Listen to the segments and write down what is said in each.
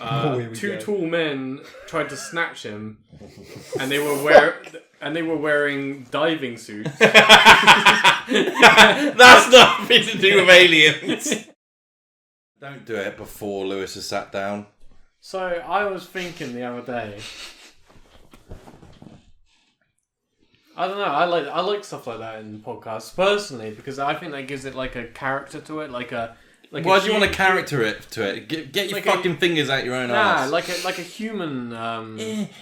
Uh, Oh, Here we two go. tall men tried to snatch him, and they were wear and they were wearing diving suits. That's nothing to do with aliens. Don't do it before Lewis has sat down. So I was thinking the other day. I don't know. I like I like stuff like that in podcasts personally because I think that gives it like a character to it, like a like. Why a do you want to hu- character it to it? Get, get your Like a- fucking fingers out your own Nah, ass. like a like a human. Um,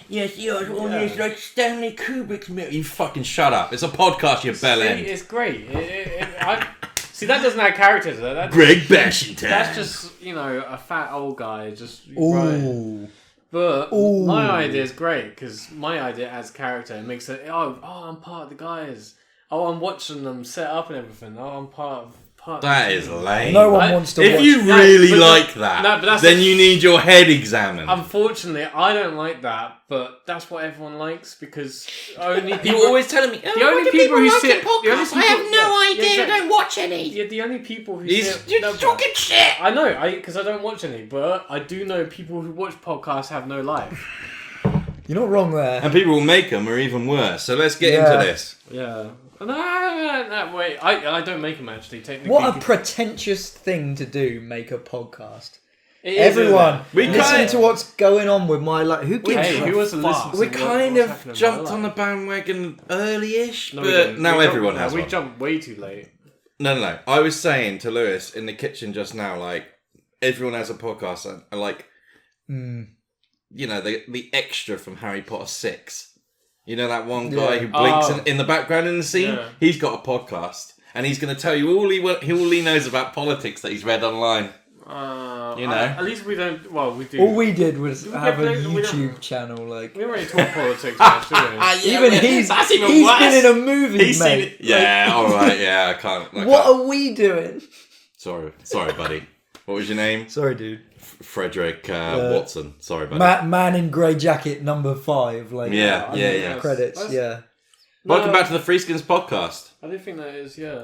yes, yes, all this like Stanley Kubrick's movie. You fucking shut up. It's a podcast, you bell see, end. it's great. It, it, it, I, see, that doesn't have characters. though. That, Greg Bashington. that's just you know a fat old guy just. right. Ooh. But Ooh. my idea is great because my idea adds character. It makes it oh oh I'm part of the guys. Oh I'm watching them set up and everything. Oh I'm part of part. That is lame. No one I- wants to if watch. you No, really but the- like that, no, but that's then the- you need your head examined. Unfortunately, I don't like that, but that's what everyone likes because only people. telling me, oh, The only why do people who like your sit- podcast? the only I have people- no yeah, idea. exactly. I don't watch any. yeah, the only people who He's- sit- You're no, but- talking shit. I know, I because I don't watch any, but I do know people who watch podcasts have no life. You're not wrong there. and people will make them or even worse. So let's get Yeah. into this. Yeah, no, no, no, no, wait, I I don't make them actually. Technically, What a pretentious thing to do. Make a podcast. It is, isn't Everyone, it? We listen can't- to what's going on with my life. Who gives Hey, a who wants to fuck? listen to We what- kind what's of happening in jumped my on the life? bandwagon early-ish, No, we but didn't. now We everyone jumped- has We one. jumped way too late. No, no, no. I was saying to Lewis in the kitchen just now, like everyone has a podcast, and, and, like Mm. you know the the extra from Harry Potter six. You know that one guy Yeah. who blinks Oh. in, in the background in the scene. Yeah. He's got a podcast, and he's going to tell you all he wa- all he knows about politics that he's read online. Uh, You know. I- at least we don't. Well, we do. All we did was We have a don't- we don't- YouTube channel. Like we don't really talk politics much, do we? Ah, even he's that's he's even worse. been in a movie, He's seen mate. it. Yeah, all right. Yeah, I can't. I What can't. are we doing? Sorry, sorry, buddy. What was your name? Sorry, dude. Frederick uh, Uh, Watson. Sorry, buddy. Ma- man in grey jacket number five. Like Yeah, I yeah, mean, yeah. Credits. That's- yeah. Welcome No, back to the Freeskins podcast. I do think that is. Yeah.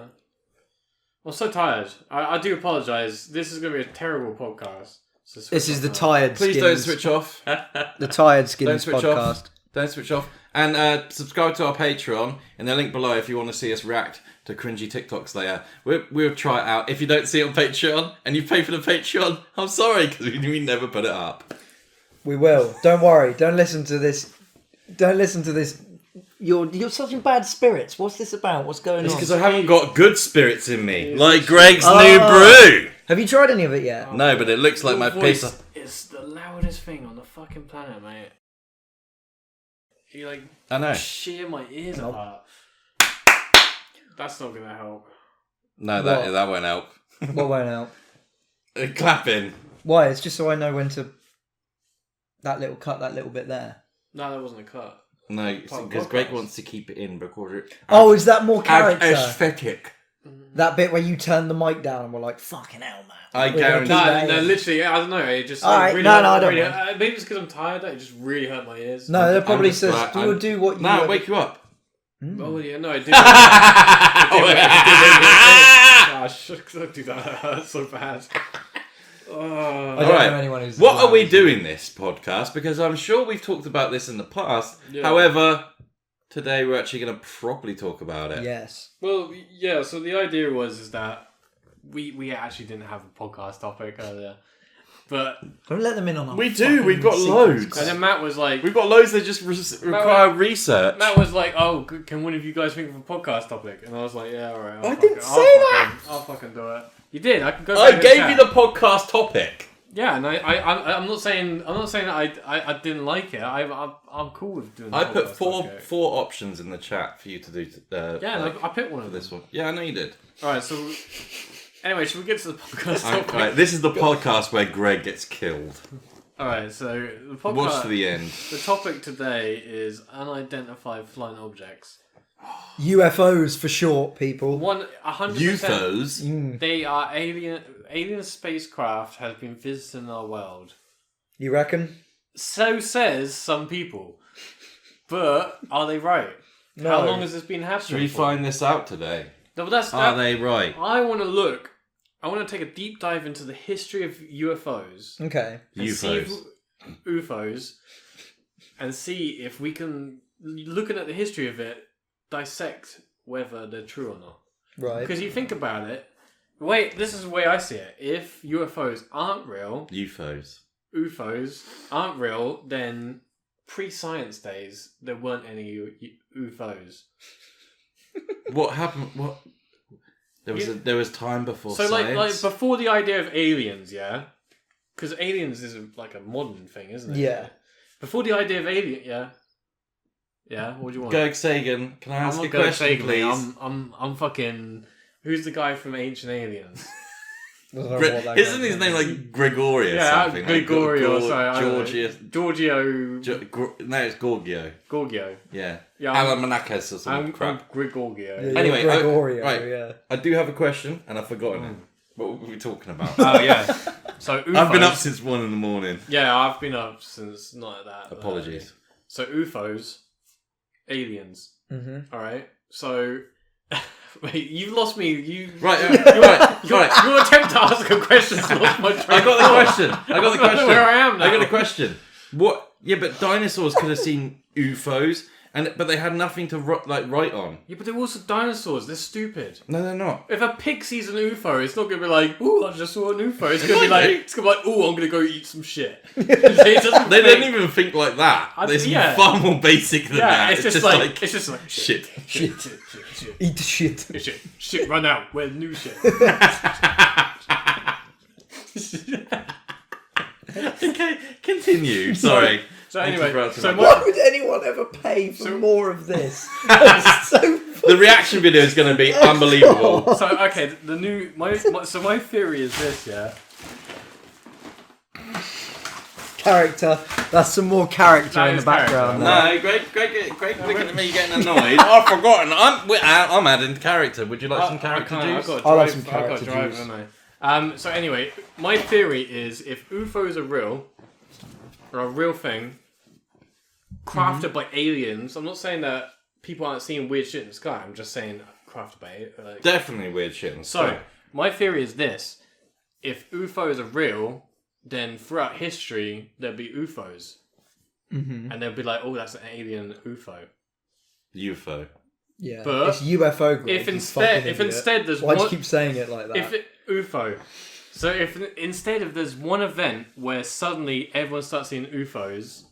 I'm so tired. I, I do apologize. This is going to be a terrible podcast. So switch This is off the now. tired. Please skins, don't switch off. The tired skins switch podcast. off. Don't switch off. And uh, subscribe to our Patreon in the link below if you want to see us react to cringy TikToks later. We'll, we'll try it out. If you don't see it on Patreon and you pay for the Patreon, I'm sorry because we, we never put it up. We will. Don't worry. Don't listen to this. Don't listen to this. You're you're such in bad spirits. What's this about? What's going It's on? because I haven't got good spirits in me. Yeah. Like Greg's Oh. new brew. Have you tried any of it yet? No, but it looks like my Your voice piece. is the loudest thing on the fucking planet, mate. You like I know. shear my ears Nope. apart. That's not going to help. No, that, What? that won't help. What went out? Uh, Clapping. Why? It's just so I know when to. That little cut, that little bit there. No, that wasn't a cut. No, because podcast. Greg wants to keep it in because it. Oh, is that more Ad- character? aesthetic. that bit where you turn the mic down and we're like, "Fucking hell, man." I We're gonna guarantee- No, keep that no, in. literally, I don't know. It just All like, right, really no, hurt, no, I don't really, mind. uh, maybe it's because I'm tired. That it just really hurt my ears. No, that I'm probably just says glad you I'm- will do what you. No, were- wake you up. Oh yeah, no, I did. Oh, I should not do Ah, that. That hurt so bad. I Oh, don't Alright. know anyone who's. What are we doing this podcast? Because I'm sure we've talked about this in the past. Yeah. However, today we're actually going to properly talk about it. Yes. well, yeah. So the idea was is that we we actually didn't have a podcast topic earlier, but Don't let them in on. our We do, we've fucking got secrets. loads. and then Matt was like, We've got loads that just re- require research. Matt was like, oh, g- can one of you guys think of a podcast topic? And I was like, yeah, all right. I'll I fucking- didn't I'll say fucking- I'll fucking do it. You did. I can go. back I and gave chat. you the podcast topic. Yeah, and I, I, I, I'm not saying, I'm not saying that I, I, I didn't like it. I, I'm, I'm cool with doing. the I put podcast, four okay. four options in the chat for you to do. t- Uh, Yeah, and like, I, I picked one for of this this. one. Yeah, I know you did. All right, so anyway, should we get to the podcast? All topic? right, this is the podcast where Greg gets killed. All right, so the podcast. Watch to the... the end. topic today is unidentified flying objects. UFOs for short, people. One, a hundred percent. UFOs. They are alien. Alien spacecraft has been visiting our world. You reckon? So says some people, but are they right? No. How long has this been happening? Should we for? find this out today? No, but that's, Are that- they right? I want to look I want to take a deep dive into the history of UFOs, Okay. and see if- UFOs. UFOs, and see if we can, looking at the history of it, dissect whether they're true or not. Right. Because you think about it, wait, this is the way I see it. If UFOs aren't real, UFOs. UFOs aren't real, then pre-science days there weren't any U- U- UFOs. What happened? What? There was a, there was time before so like like science. before the idea of aliens, yeah, because aliens is a, like a modern thing, isn't it? Yeah. Before the idea of alien, yeah, yeah. What do you want? Gerg Sagan, can I I'm ask not a gonna question, take me. please? I'm, I'm, I'm fucking. Who's the guy from Ancient Aliens? I don't know Gre- what that isn't guy his is. name like Gregorius? yeah, something? Like, Gregorio. Gor- sorry, I don't know. Georgius. Giorgio. Ge- Gr- no, it's Gorgio. Gorgio. Yeah. Yeah, I'm, Alamanacus or some I'm, Oh, crap. I'm Grigorgio. Yeah, Anyway, I- Gregorio, right. yeah. I do have a question, and I've forgotten it. What were we talking about? Hmm. Oh yeah. So UFOs, I've been up since one in the morning. Yeah, I've been up since not that. Apologies. So UFOs, aliens. Mm-hmm. All right. So wait, you've lost me. You Right, all right, all right, all right. Your attempt to ask a question has lost my train I got the of thought. question. I got the I don't know question. where I am now. I got a question. What? Yeah, but dinosaurs could have seen UFOs, and but they had nothing to ro- like write on. Yeah, but they're also dinosaurs. They're stupid. No, they're not. If a pig sees an UFO, it's not gonna be like, "Ooh, I just saw an UFO." It's gonna be like, "It's gonna be like, ooh, I'm gonna go eat some shit." they They don't even think like that. I- It's yeah. far more basic than Yeah, that. it's, just, like, it's just like shit. shit, shit, shit, shit, Eat the shit. shit, shit, shit right now. We're new shit. okay, continue. Sorry. So anyway, Interrupted so my- Why what? would anyone ever pay for So- more of this? That's so the reaction video is going to be unbelievable. So okay, the- the new my, my so my theory is this, yeah. character. That's some more character That in the is character. background. there. No, Greg, Greg, Greg, looking at me getting annoyed. I've forgotten. I'm, we- I- I'm adding character. Would you like some character Uh, I, juice? can't, I've I'll got have to some drive. I've got to character drive, juice. haven't I? Um, so anyway, my theory is if UFOs are real, or a real thing, Mm-hmm. crafted by aliens. I'm not saying that people aren't seeing weird shit in the sky. I'm just saying crafted by. Like, Definitely weird shit. and so stuff. my theory is this: if UFOs are real, then throughout history there'll be UFOs, mm-hmm. and they'll be like, "Oh, that's an alien UFO." UFO. Yeah, But it's UFO. Greg, if you instead- fucking if idiot. instead there's why do you one- keep saying it like that? If it, UFO. So if instead of there's one event where suddenly everyone starts seeing UFOs,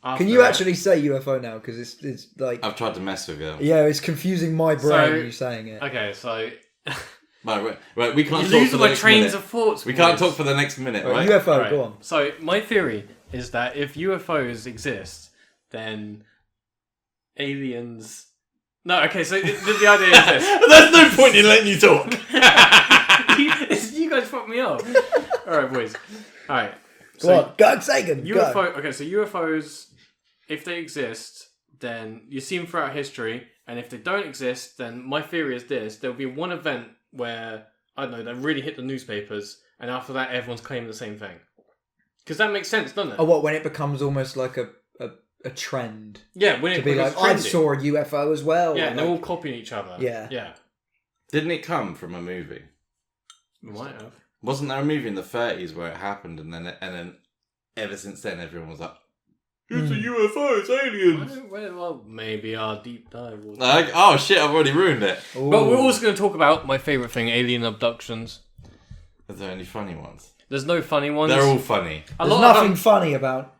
after Can you it- actually say UFO now? Because it's it's like I've tried to mess with you. yeah, it's confusing my brain. So- you saying it? Okay, so Right, right, right, we can't you talk lose for the my next trains minute. of thoughts. we can't boys. talk for the next minute, right? Right, UFO, Right. go on. So my theory is that if UFOs exist, then aliens. No, okay. So the, the idea is this. There's no point in letting you talk. you, you guys fucked me up. All right, boys. All right. Go on, Gerg Sagan. UFO. Go. Okay, so UFOs, if they exist, then you see them throughout history, and if they don't exist, then my theory is this: there'll be one event where I don't know they really hit the newspapers, and after that, everyone's claiming the same thing. Because that makes sense, doesn't it? Oh, what when it becomes almost like a a, a trend yeah, when it to be when it's like I trendy. saw a UFO as well. Yeah, or and they're like- all copying each other. Yeah. yeah. Didn't it come from a movie? We might have. Wasn't there a movie in the 30s where it happened, and then and then ever since then everyone was like, "It's Hmm. a UFO, it's aliens." Well, Well, maybe our deep dive. Will... Like, oh shit! I've already ruined it. but we're Ooh. also going to talk about my favorite thing: alien abductions. Are there any funny ones? There's no funny ones. They're all funny. A There's lot of nothing them- funny about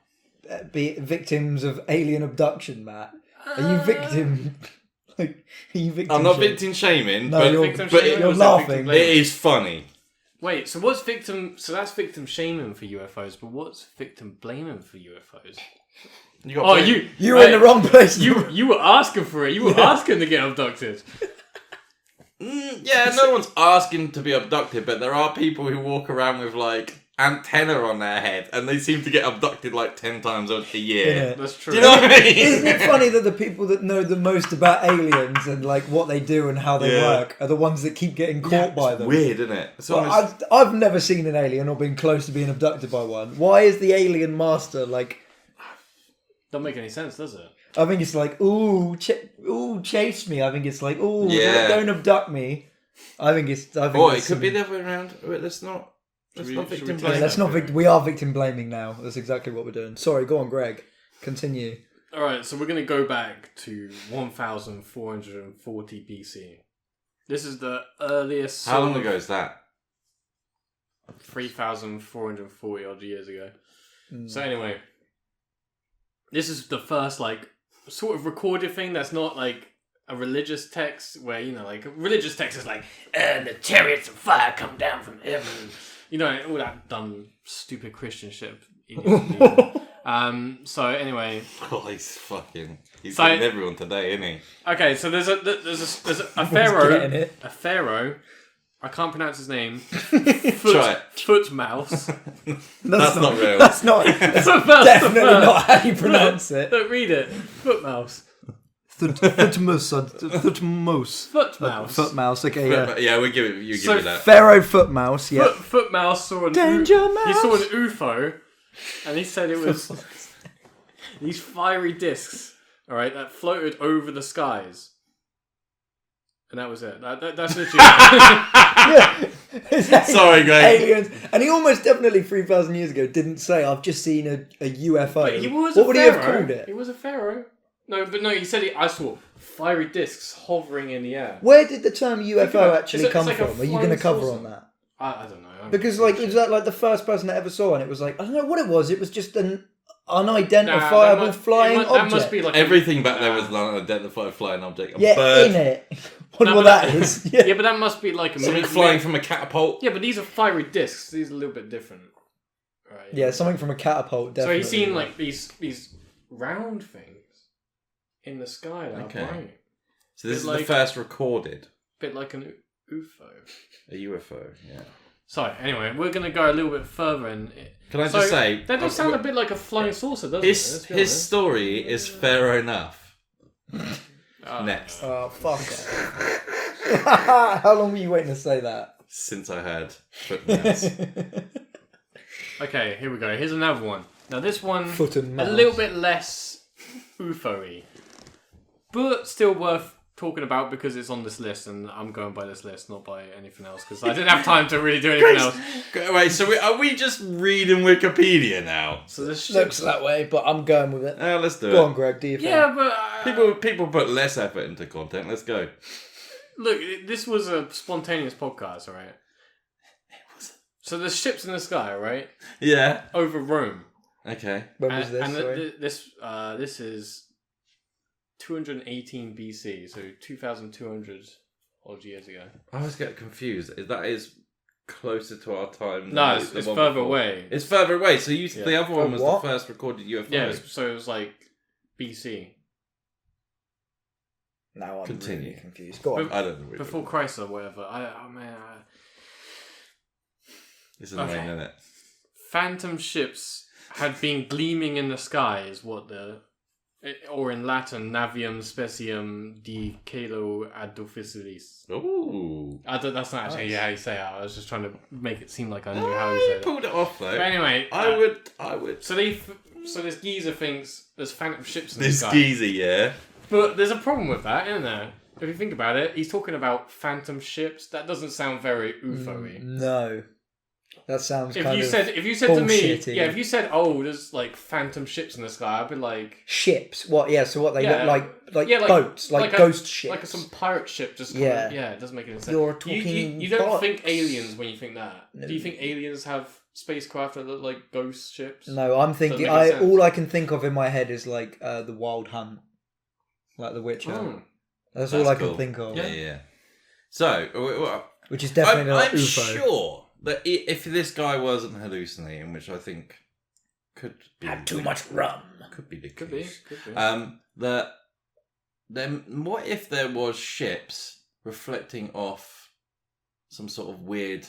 uh, be victims of alien abduction, Matt. Are Uh, you victim? like, are you victim? I'm not shit? victim shaming, No, but, you're- Victim but shaming it, or you're is that victim laughing. blaming? it is funny. Wait, so what's victim? So that's victim shaming for UFOs, but what's victim blaming for UFOs? You got Oh, blame- you You're in the wrong place. You you were asking for it. You were asking to get abducted. Mm, yeah, no one's asking to be abducted, but there are people who walk around with like antenna on their head, and they seem to get abducted like ten times a a year. Yeah. That's true. Do you know what I Isn't mean? it funny that the people that know the most about aliens and like what they do and how they Yeah. work are the ones that keep getting caught by them? Weird, isn't it? It's Well, almost- I've, I've never seen an alien or been close to being abducted by one. Why is the alien master like? Don't make any sense, does it? I think it's like, ooh, ch- ooh, chase me. I think it's like, ooh, Yeah. don't, don't abduct me. I think it's. I think Or it it's could some- be the other way around. Wait, Let's not. Let's we- not should we victim take blame. Yeah, that? that's not. Vic- we are victim blaming now. That's exactly what we're doing. Sorry, go on, Greg. Continue. All right, so we're going to go back to 1440 BC. This is the earliest. How long sort of- ago is that? 3,440 odd years ago. Mm. So, anyway, this is the first, like, sort of recorded thing that's not like a religious text where, you know, like, a religious text is like, "Uh, And the chariots of fire come down from heaven. you know, all that dumb, stupid Christian shit. idiots. um, so, anyway, Oh, he's fucking. He's So- getting everyone today, isn't he? okay, so there's a, there's a, there's a, a getting pharaoh. it. A pharaoh. I can't pronounce his name. Try Foot, it. foot mouse. That's not real. That's not. It's That's the first- the definitely first. not how you pronounce it. Don't read it. Foot mouse. Thutmose. Thutmose. Foot mouse. uh, Footmouse. Okay, But- yeah. but yeah, we give it. You give So me that. Pharaoh Footmouse. Foot, Yeah. foot mouse saw an Danger He saw mouse. an UFO, and he said it was these fiery discs. All right, that floated over the skies, and that was it. That, that, that's literally. Sorry, Greg. Aliens, and he almost definitely three thousand years ago didn't say, "I've just seen a, a UFO." But he was what a would pharaoh. he have called He it? was a pharaoh. No, but no, he said he, I saw fiery discs hovering in the air. Where did the term UFO about- actually it's a- come it's like a from? Are you going to flying cover saucer. on that? I, I don't know. I'm- Because like, was that like the first person that ever saw, and it was like, I don't know what it was. It was just an Nah, that unidentifiable must- it flying must- object. That must be like a- Everything back there was an unidentified flying object. A yeah, bird. in it. What, No, what but- that is? Yeah. yeah. but that must be like a Something mini- flying from a catapult. Yeah, but these are fiery discs. These are a little bit different. Right. Yeah, something from a catapult. So Definitely. he's seen like these these round things in the sky that Okay. are flying, So this It's is the like- first recorded bit like an u- UFO. a UFO. Yeah. So anyway, we're gonna go a little bit further in. It. Can I So, just say that does uh, sound a bit like a flying saucer, doesn't it? his Let's be his honest. story is fair enough. Ah. Next, Oh fuck! it. How long were you waiting to say that? since I heard footnotes. Okay, here we go. Here's another one. Now this one, Foot and a mouth. little bit less UFO-y, but still worth talking about because it's on this list, and I'm going by this list, not by anything else, because I didn't have time to really do anything else. Okay, Wait, so we, are we just reading Wikipedia now? So this Looks that way, but I'm going with it. Uh, let's do Go it. on, Greg. Do you think? yeah, but uh, People people put less effort into content. Let's go. Look, i- this was a spontaneous podcast, all right? So there's ships in the sky, right? Yeah. Over Rome. Okay. When was And, this? and th- sorry? th- this uh, this is 218 BC, so 2,200 odd years ago. I always get confused. That is closer to our time. than No, the- it's, the it's one further before. away. It's further away. So you, the Yeah. other one was what? the first recorded UFO. yeah, it's- so it was like BC. Now I'm Continue. really confused. Go on. But- I don't know. Which Before Christ or whatever. I, oh, man. I, It's annoying, Okay. isn't it? phantom ships had been gleaming in the sky is what the eh, or in latin navium specium di calo ad officialis Ooh. I don't, that's not actually Nice. how you say it i was just trying to make it seem like i knew how you I said it pulled it off though. but anyway I uh, would. I would. so they f- so this geezer thinks there's phantom ships in This the sky geezer, yeah. but there's a problem with that isn't there if you think about it he's talking about phantom ships that doesn't sound very Mm, ufo-y Mm, No, that sounds if kind you of said if you said to me bullshitty. yeah if you said oh there's like phantom ships in the sky i'd be like ships. What? Yeah. So what they Yeah. look like? Like Yeah, like- boats, like, a- ghost ships. like some pirate ship. Just yeah, Yeah. yeah, it doesn't make any sense. You're You- you, talking you, don't bollocks. think aliens when you think that. No. Do you think aliens have spacecraft that look like ghost ships? No, I'm thinking. make I sense. all I can think of in my head is like uh, the Wild Hunt, like The Witcher. Oh. That's That's, all I cool. can think of, Yeah, yeah. yeah. So, w- w- which is I'm, definitely not I'm UFO. sure that i- if this guy wasn't hallucinating, which I think could be Had too much rum. could be the could be. case, Could be. um, that then what if there was ships reflecting off some sort of weird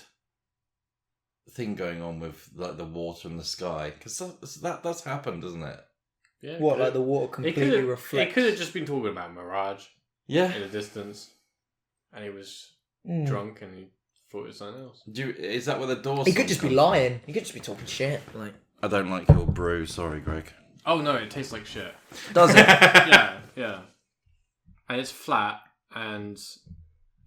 thing going on with like the water and the sky? Because that, that does happen, doesn't it? yeah, it What? could- Like the water it completely could reflects. It could have just been talking about mirage Yeah. in the distance, and he was Mm. drunk and he thought it was something else. Do you, is that where the door? He could just be lying. He could just be talking shit. Like, I don't like your brew. Sorry, Greg. Oh no, it tastes like shit. does it? yeah, yeah. And it's flat, and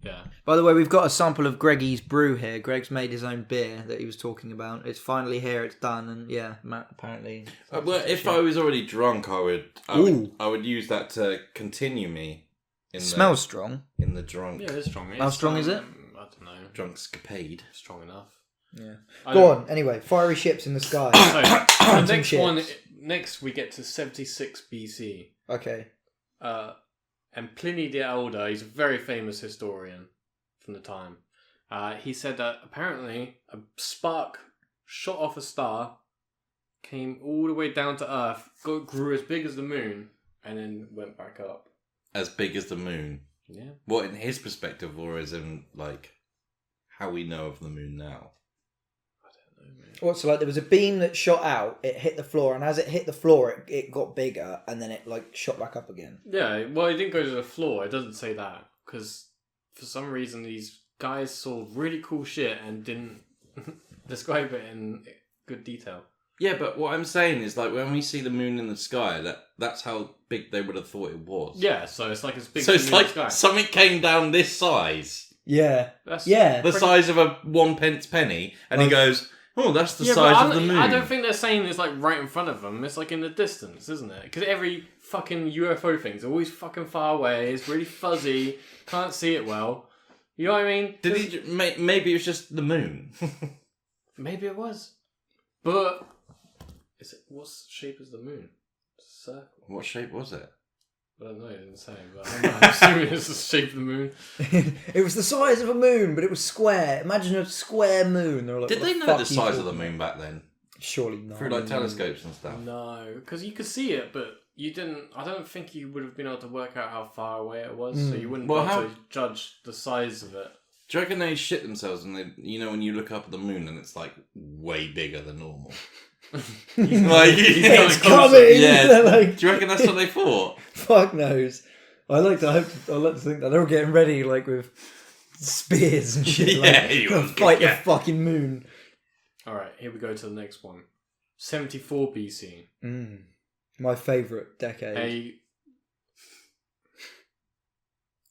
Yeah. By the way, we've got a sample of Greggy's brew here. Greg's made his own beer that he was talking about. It's finally here. It's done, and yeah, Matt apparently. Uh, well, if I was already drunk, I would I, would I would use that to continue me in It smells strong. the, in the drunk Yeah, it's strong. How It's, strong is it? um, I don't know. drunk scapade. Strong enough. Yeah. I Go don't- on. Anyway, fiery ships in the sky. So, the next ships. one. Next, we get to 76 BC. okay. uh, and Pliny the Elder, he's a very famous historian from the time. Uh, he said that apparently a spark shot off a star, came all the way down to Earth, got, grew as big as the moon, and then went back up. As big as the moon. Yeah. What in his perspective, or as in like how we know of the moon now? What's it like? There was a beam that shot out. It hit the floor, and as it hit the floor, it, it got bigger, and then it like shot back up again. Yeah, well, it didn't go to the floor. It doesn't say that because for some reason these guys saw really cool shit and didn't describe it in good detail. Yeah, but what I'm saying is like when we see the moon in the sky, that that's how big they would have thought it was. Yeah, so it's like as big. So as it's the moon like in the sky. something came down this size, Yeah. That's- Yeah. the size of a one pence penny, and he Like- goes, "Oh, that's the Yeah, but size I'm- of the moon." I don't think they're saying it's like right in front of them. It's like in the distance, isn't it? Because every fucking UFO thing's always fucking far away. It's really fuzzy. Can't see it well. You know what I mean? Did he? ju- may- Maybe it was just the moon. Maybe it was, but is it? What shape is the moon? Circle. what shape was it? I don't know. It didn't say, but I'm, I'm assuming it's the shape of the moon. it was the size of a moon, but it was square. Imagine a square moon. They were like, Did "What they know fuck the you size of thought?" the moon back then Surely not. through like telescopes and stuff? No, because you could see it, but you didn't. I don't think you would have been able to work out how far away it was, so you wouldn't be Hmm. Well, able how- to judge the size of it. Do you reckon they shit themselves when they, you know, when you look up at the moon and it's like way bigger than normal? like, It's Like, coming. yeah. They're like, do you reckon that's what they thought? Fuck knows. I like to hope. I like to think that they're getting ready, like with spears and shit. Yeah, like, you gonna was- fight yeah. the fucking moon. All right, here we go to the next one. 74 BC. Mm. My favorite decade. A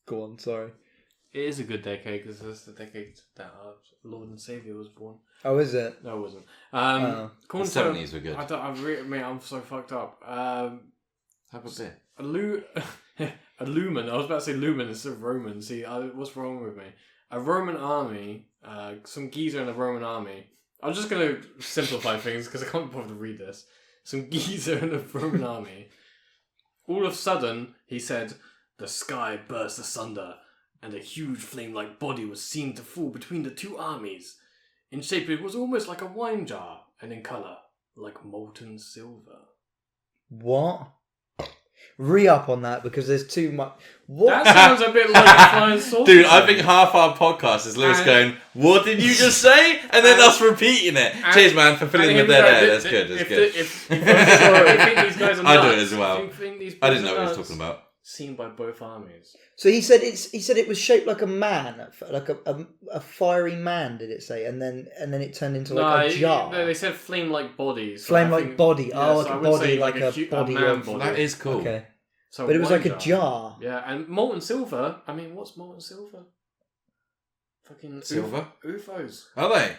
Go on, sorry. it is a good decade because that's the decade that our Lord and Savior was born. Oh, is it? No, it wasn't. Um, Oh. The according to- seventies were good. I don't. I re- mate, I'm so fucked up. Um, Have a bit. Illu- a lumen. I was about to say lumen instead of Roman. See, I, what's wrong with me? A Roman army. Uh, some geezer in the Roman army. I'm just gonna simplify things because I can't bother to read this. Some geezer in the Roman army. All of a sudden, he said, "The sky burst asunder, and a huge flame-like body was seen to fall between the two armies. In shape, it was almost like a wine jar, and in color, like molten silver." What? Re up on that because there's too much. What? That sounds a bit like a flying saucer. Dude, I think half our podcast is Lewis And- going, "What did you just say?" and then And- us repeating it. and- Cheers, man, for filling And the him dead going, air. "Th- That's th- good. That's if good. the- if- if I'm sorry, I think these guys are I do it nuts. as well. Do you think these I guys didn't know are what he was nuts? talking about. Seen by both armies. So he said it's. He said it was shaped like a man, like a, a, a fiery man. Did it say? And then and then it turned into like no, a he- jar. no, they said flame-like bodies. so I Flame-like think- body. Yeah, Oh, so I like a would body, say like a hu- body a man of- body. That is cool. Okay, So but it was wine like a jar. Yeah, and molten silver. I mean, what's molten silver? Fucking uf- Silver? UFOs. Are they?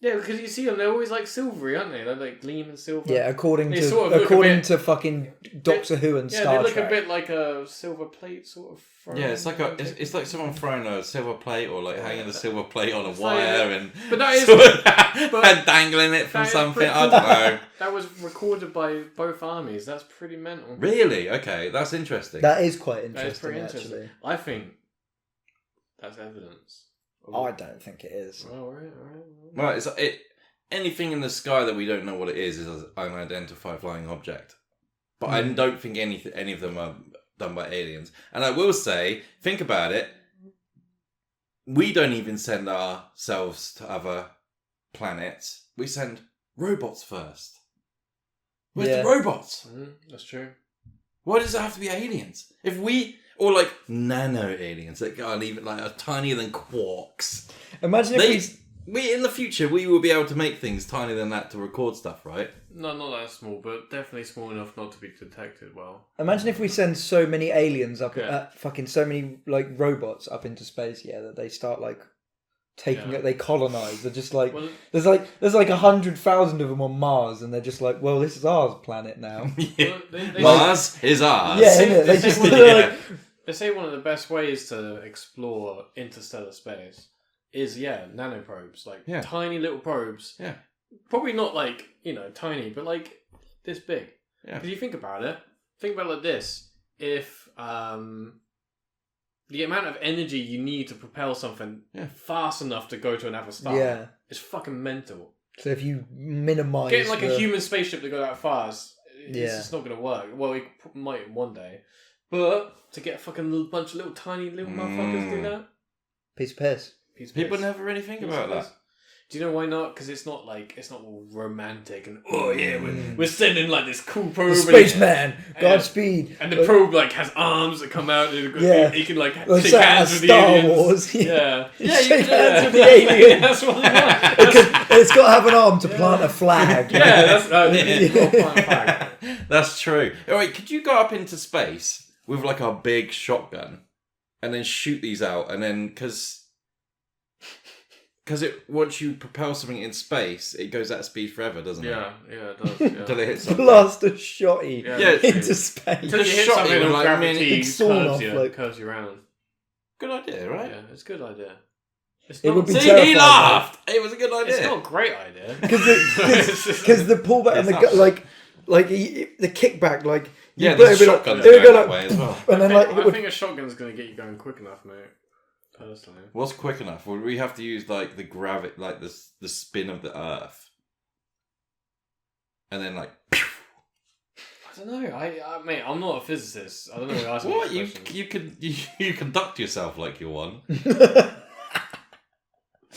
Yeah, because you see them, they're always like silvery, aren't they? They're like gleaming silver. Yeah, according They to sort of look a according bit- to fucking Doctor Who and yeah, Star they look Trek. a bit like a silver plate sort of. thrown Yeah, it's like a, around. it's, it's like someone throwing a silver plate or like hanging a silver plate on a like- wire and But that is- but- and dangling it that from is something. pretty I don't know. That was recorded by both armies. That's pretty mental. Really? Okay, that's interesting. That is quite interesting. That is pretty interesting. Actually, I think that's evidence. I don't think it is. Oh, all right, all right, all right. Right, it's it. Anything in the sky that we don't know what it is is an unidentified flying object. But I Hmm. don't think any any of them are done by aliens. And I will say, think about it. We don't even send ourselves to other planets. We send robots first. Where's Yeah. the robots? Mhm, that's true. Why does it have to be aliens? If we or like nano aliens that aren't even like are tinier than quarks. Imagine if They- we we in the future we will be able to make things tinier than that to record stuff, right? No, not that small, but definitely small enough not to be detected well. Imagine if we send so many aliens up, Yeah. uh, fucking so many like robots up into space, yeah, that they start like taking Yeah. it, they colonize. They're just like Well- there's like there's like a hundred thousand of them on Mars, and they're just like, well, this is our planet now. Well, they, they, Mars is ours. yeah, innit? They they just say- they're like, they say one of the best ways to explore interstellar space is yeah, nanoprobes, like Yeah. tiny little probes. Yeah. Probably not like you know tiny, but like this big. Yeah. Because you think about it, think about it like this: if um, the amount of energy you need to propel something Yeah. fast enough to go to another star, yeah. is fucking mental. So if you minimize Getting like the- a human spaceship to go that fast, it's Yeah. just not gonna work. Well, it p- might one day, but to get a fucking little bunch of little tiny little motherfuckers to do Mm. that, piece of piss, piece of People piss. never really think Piece about of piss. that. Do you know why not? Because it's not like it's not all romantic and oh yeah, we're, Mm. we're sending like this cool probe, the and- spaceman, Yeah. Godspeed, and the probe like has arms that come out. And Yeah. yeah, he can like Like shake that hands as with the Star aliens. Wars, yeah. Yeah, You yeah, you shake can do that. hands with the aliens. That's what you want. That's- Because it's got to have an arm to plant a flag. yeah, that's uh, Yeah. fine, fine. That's true. All right, could you go up into space with like a big shotgun and then shoot these out and then because because it once you propel something in space, it goes at speed forever, doesn't it? Yeah, yeah, it does. Yeah. Until it hits something. blast a shotty Yeah. Yeah. into space. Until you Just hit shot something you, and like, gravity mean, it's sawn curves, off, you, like- curves you around. Good idea, right? Yeah, it's a good idea. It's It not, would be it's See, he terrifying, laughed. It was a good idea. not a great idea. Because the pullback and the It's gu- not- like, like y- the kickback, like yeah, you- there's it'd be like- shotguns it going would go that like- way as well. and I, then think, like I it would, think a shotgun's going to get you going quick enough, mate. Personally. What's quick enough? Would we have to use like the gravity, like the s- the spin of the Earth, and then like I don't know. I, I mate, I'm not a physicist. I don't know what you're asking. what you questions. you can you, you conduct yourself like you're one.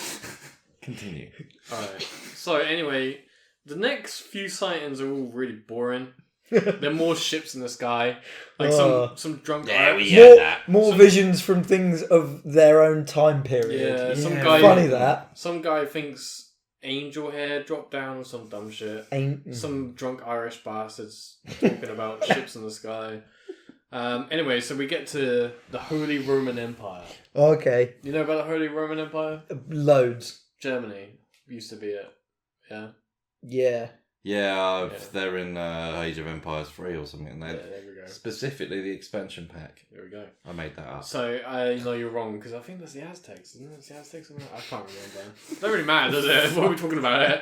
Continue. Alright. So anyway, the next few sightings are all really boring. They're more ships in the sky. Like Oh. some some drunk Yeah, guy- we- more, that. more visions from things of their own time Yeah, period. some Yeah. guy Funny that. some guy thinks angel hair dropped down or some dumb shit. Ain't Some drunk Irish bastards talking about ships in the sky. Um, anyway, so we get to the Holy Roman Empire. okay, You know about the Holy Roman Empire? loads. Germany used to be it. Yeah. Yeah, Yeah, uh, Yeah. they're in uh, Age of Empires three or something. And yeah they there we go. specifically the expansion pack. There we go. I made that up. So I know you're wrong because I think that's the Aztecs, isn't it? It's the Aztecs. or not? I can't remember. Don't really matter, does it? What are we talking about? here?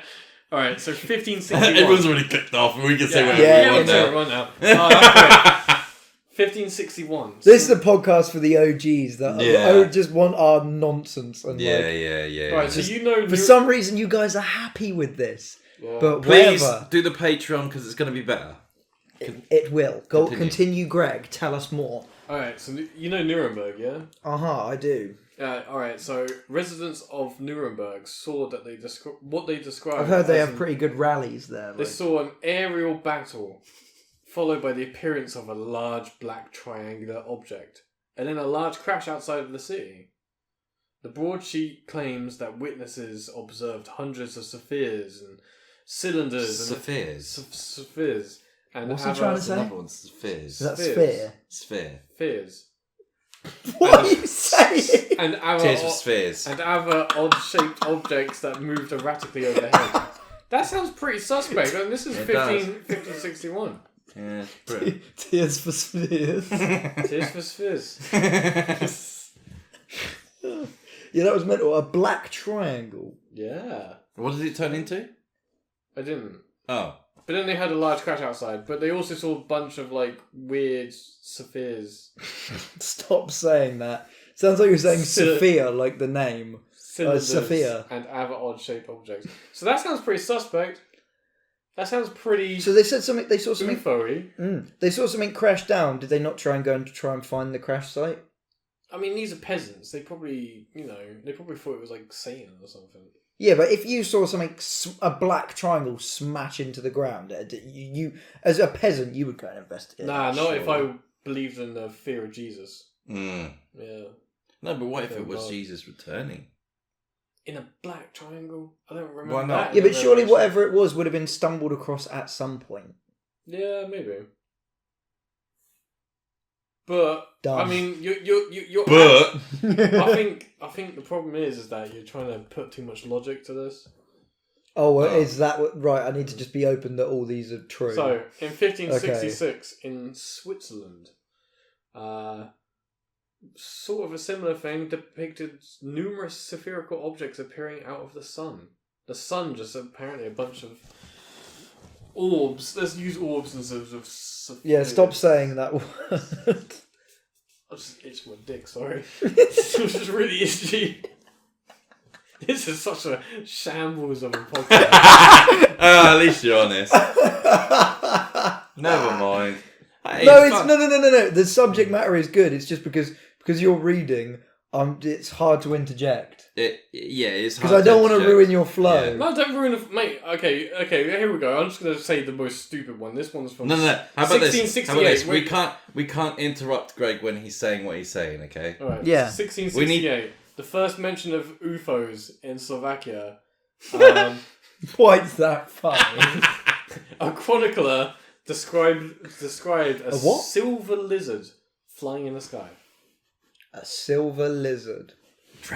All right. So 1561. Everyone's already clicked off, and we can say whatever Yeah, we we want can now. say what we want now. Oh, that's great. 1561. this is the podcast for the OGs that Yeah. oh, just want our nonsense and Yeah, like. yeah, yeah. Right, so you know For some reason, you guys are happy with this, Yeah. but Please whatever, do the Patreon because it's going to be better. it will. Go Continue. continue, Greg. Tell us more. All right, so you know Nuremberg, yeah? Uh huh. I do. Uh, all right, so residents of Nuremberg saw that they descri- what they described. I've heard they as have an- pretty good rallies there. They Like. saw an aerial battle, followed by the appearance of a large black triangular object, and then a large crash outside of the city. The broadsheet claims that witnesses observed hundreds of spheres and cylinders and Spheres. sph- spheres and What's he have trying a- to say? Another one, spheres. Is that Spheres. sphere? Sphere. spheres What are you saying? and our Tears for spheres. and other odd-shaped objects that moved erratically overhead. that sounds pretty suspect. And this is It 15, 1561. Yeah, brilliant. Tears for spheres. Tears for spheres. yeah, that was mental. A black triangle. Yeah, what did it turn into? I didn't. Oh, But then they had a large crash outside. But they also saw a bunch of like weird spheres, Oh, Stop saying that. Sounds like you're saying Sil- Sophia, like the name. cylinders, sphere. and other odd-shaped objects. So that sounds pretty suspect. That sounds pretty So they said something. They saw something. UFO-y. Mm, they saw something crash down. Did they not try and go and try and find the crash site? I mean, these are peasants. They probably, you know, they probably thought it was like Satan or something. Yeah, but if you saw something, s- a black triangle smash into the ground, uh, d- you, you as a peasant, you would go and investigate. nah, sure. not if I believed in the fear of Jesus. mm. Yeah. no, but what if Oh, it was God. Jesus returning? in a black triangle. I don't remember. Why not? that Yeah, in but the surely Revelation. whatever it was would have been stumbled across at some point. Yeah, maybe. But I Dumb. mean, you you you you're. Um, But I think I think the problem is is that you're trying to put too much logic to this. Oh, well, Oh. is that what- right? I need to just be open that all these are true. So in 1566 in Switzerland, uh, sort of a similar thing depicted numerous spherical objects appearing out of the sun. The sun just apparently a bunch of orbs. Let's use orbs instead of spheres. yeah, stop saying that word. I just itched my dick, sorry. this is really itchy. This is such a shambles of a podcast. Ah, at least you're honest. Never mind. Hey, no, it's fuck. no, no, no, no, no. The subject Hmm. matter is good. It's just because because you're reading, um, it's hard to interject It, yeah, it's because I don't want to ruin your flow. Yeah. no, don't ruin it, mate. Okay, okay, here we go. I'm just gonna say the most stupid one. This one's from No, no, no. How about this? How about 1668, this? We wait. can't, we can't interrupt Greg when he's saying what he's saying. Okay. All right. Yeah. 1668. The first mention of UFOs in Slovakia. Um, Quite that funny. a chronicler described described a, A what? silver lizard flying in the sky. a silver lizard.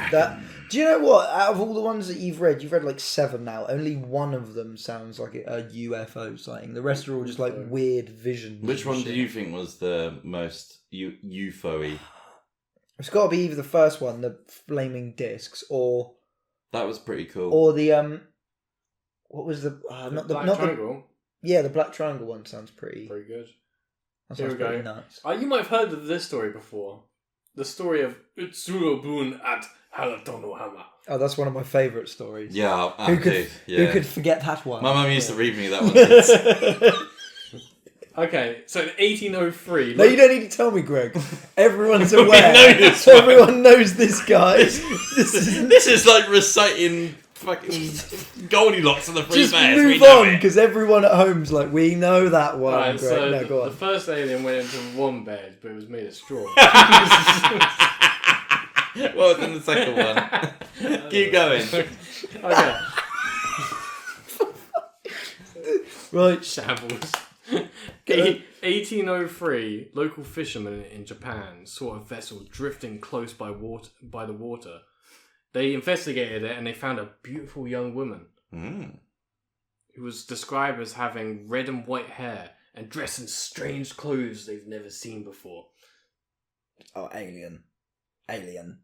That do you know what? Out of all the ones that you've read, you've read like seven now. Only one of them sounds like a UFO sighting. The rest are all just like weird visions. Which and one shit. do you think was the most u- UFO-y? It's got to be either the first one, the flaming discs, or That was pretty cool. or the um, what was the uh, not the Black not the triangle. yeah the black triangle one sounds pretty. Very good. That Here sounds we go. pretty nuts. Uh, you might have heard of this story before. The story of Utsuro Bun at Halatonohama. Oh, that's one of my favourite stories. yeah, I, Who I could do. Yeah. who could forget that one? My mum used to read me that one. Okay, so in 1803. No, you don't need to tell me, Greg. Everyone's We aware. know this one. Everyone knows this guy. this is this is like reciting fucking Goldilocks and the Three just Bears. we move know it. on because everyone at home's like, we know that one, Alright, Greg. so no, the, go the on. first alien went into one bed, but it was made of straw. Well, then the second one. Keep going. okay, Right. shambles. Eight- 1803, local fishermen in Japan saw a vessel drifting close by water by the water. They investigated it and they found a beautiful young woman. Mm. who was described as having red and white hair and dressed in strange clothes they've never seen before. Oh, alien. Alien.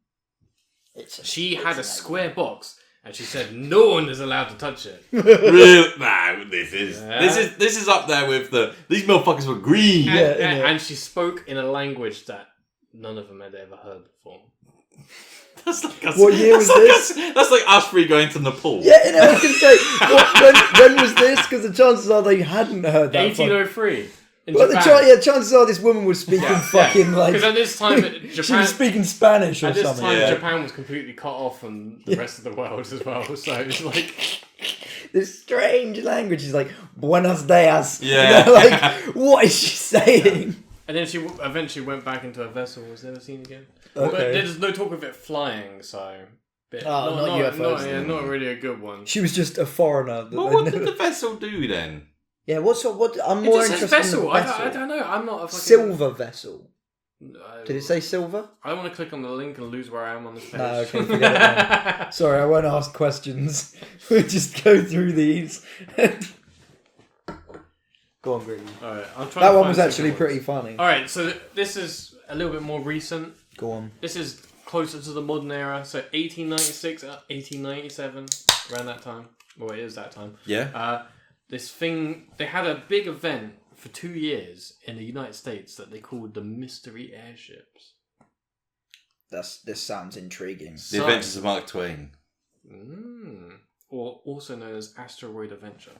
It's a, She had a square box and she said no one is allowed to touch it. Real, nah, this is Yeah. this is this is up there with the these motherfuckers were green. And, Yeah, and- innit? and she spoke in a language that none of them had ever heard before. That's like us. What year that's was like this? us- that's like us three going to Nepal. Yeah, you know, I can say, what, when, when was this? Because the chances are they hadn't heard that one. 1803 in Well, the Japan. cha- yeah, chances are this woman was speaking fucking like. Because at this time, it- she was Japan. speaking Spanish or At this something. time, Yeah. Japan was completely cut off from the rest of the world as well. So it's like, this strange language. She's like, Buenos dias. You Yeah. know, like, what is she saying? and then she w- eventually went back into a vessel and was never seen again. But Okay. there's no talk of it flying, so. Bit, Oh, not UFOs yeah, then. not really a good one. She was just a foreigner. That Well, they what never- did the vessel do then? Yeah, what's what? I'm It more just says interested in vessel. the I, vessel. don't, I don't know. I'm not a fucking. Silver vessel. I- Did it say silver? I don't want to click on the link and lose where I am on this page. No, okay, forget it then. Sorry, I won't ask questions. we'll just go through these. go on, Green. All right, I'm trying That to one find Uh, was actually something pretty funny. All right, so th- this is a little bit more recent. Go on. This is closer to the modern era, so 1896, uh, 1897, around that time. Well, it is that time. Yeah. Uh, this thing, they had a big event for two years in the United States that they called the Mystery Airships. That's this sounds intriguing. the Adventures of Mark Twain. Mm. Or also known as Asteroid Adventure.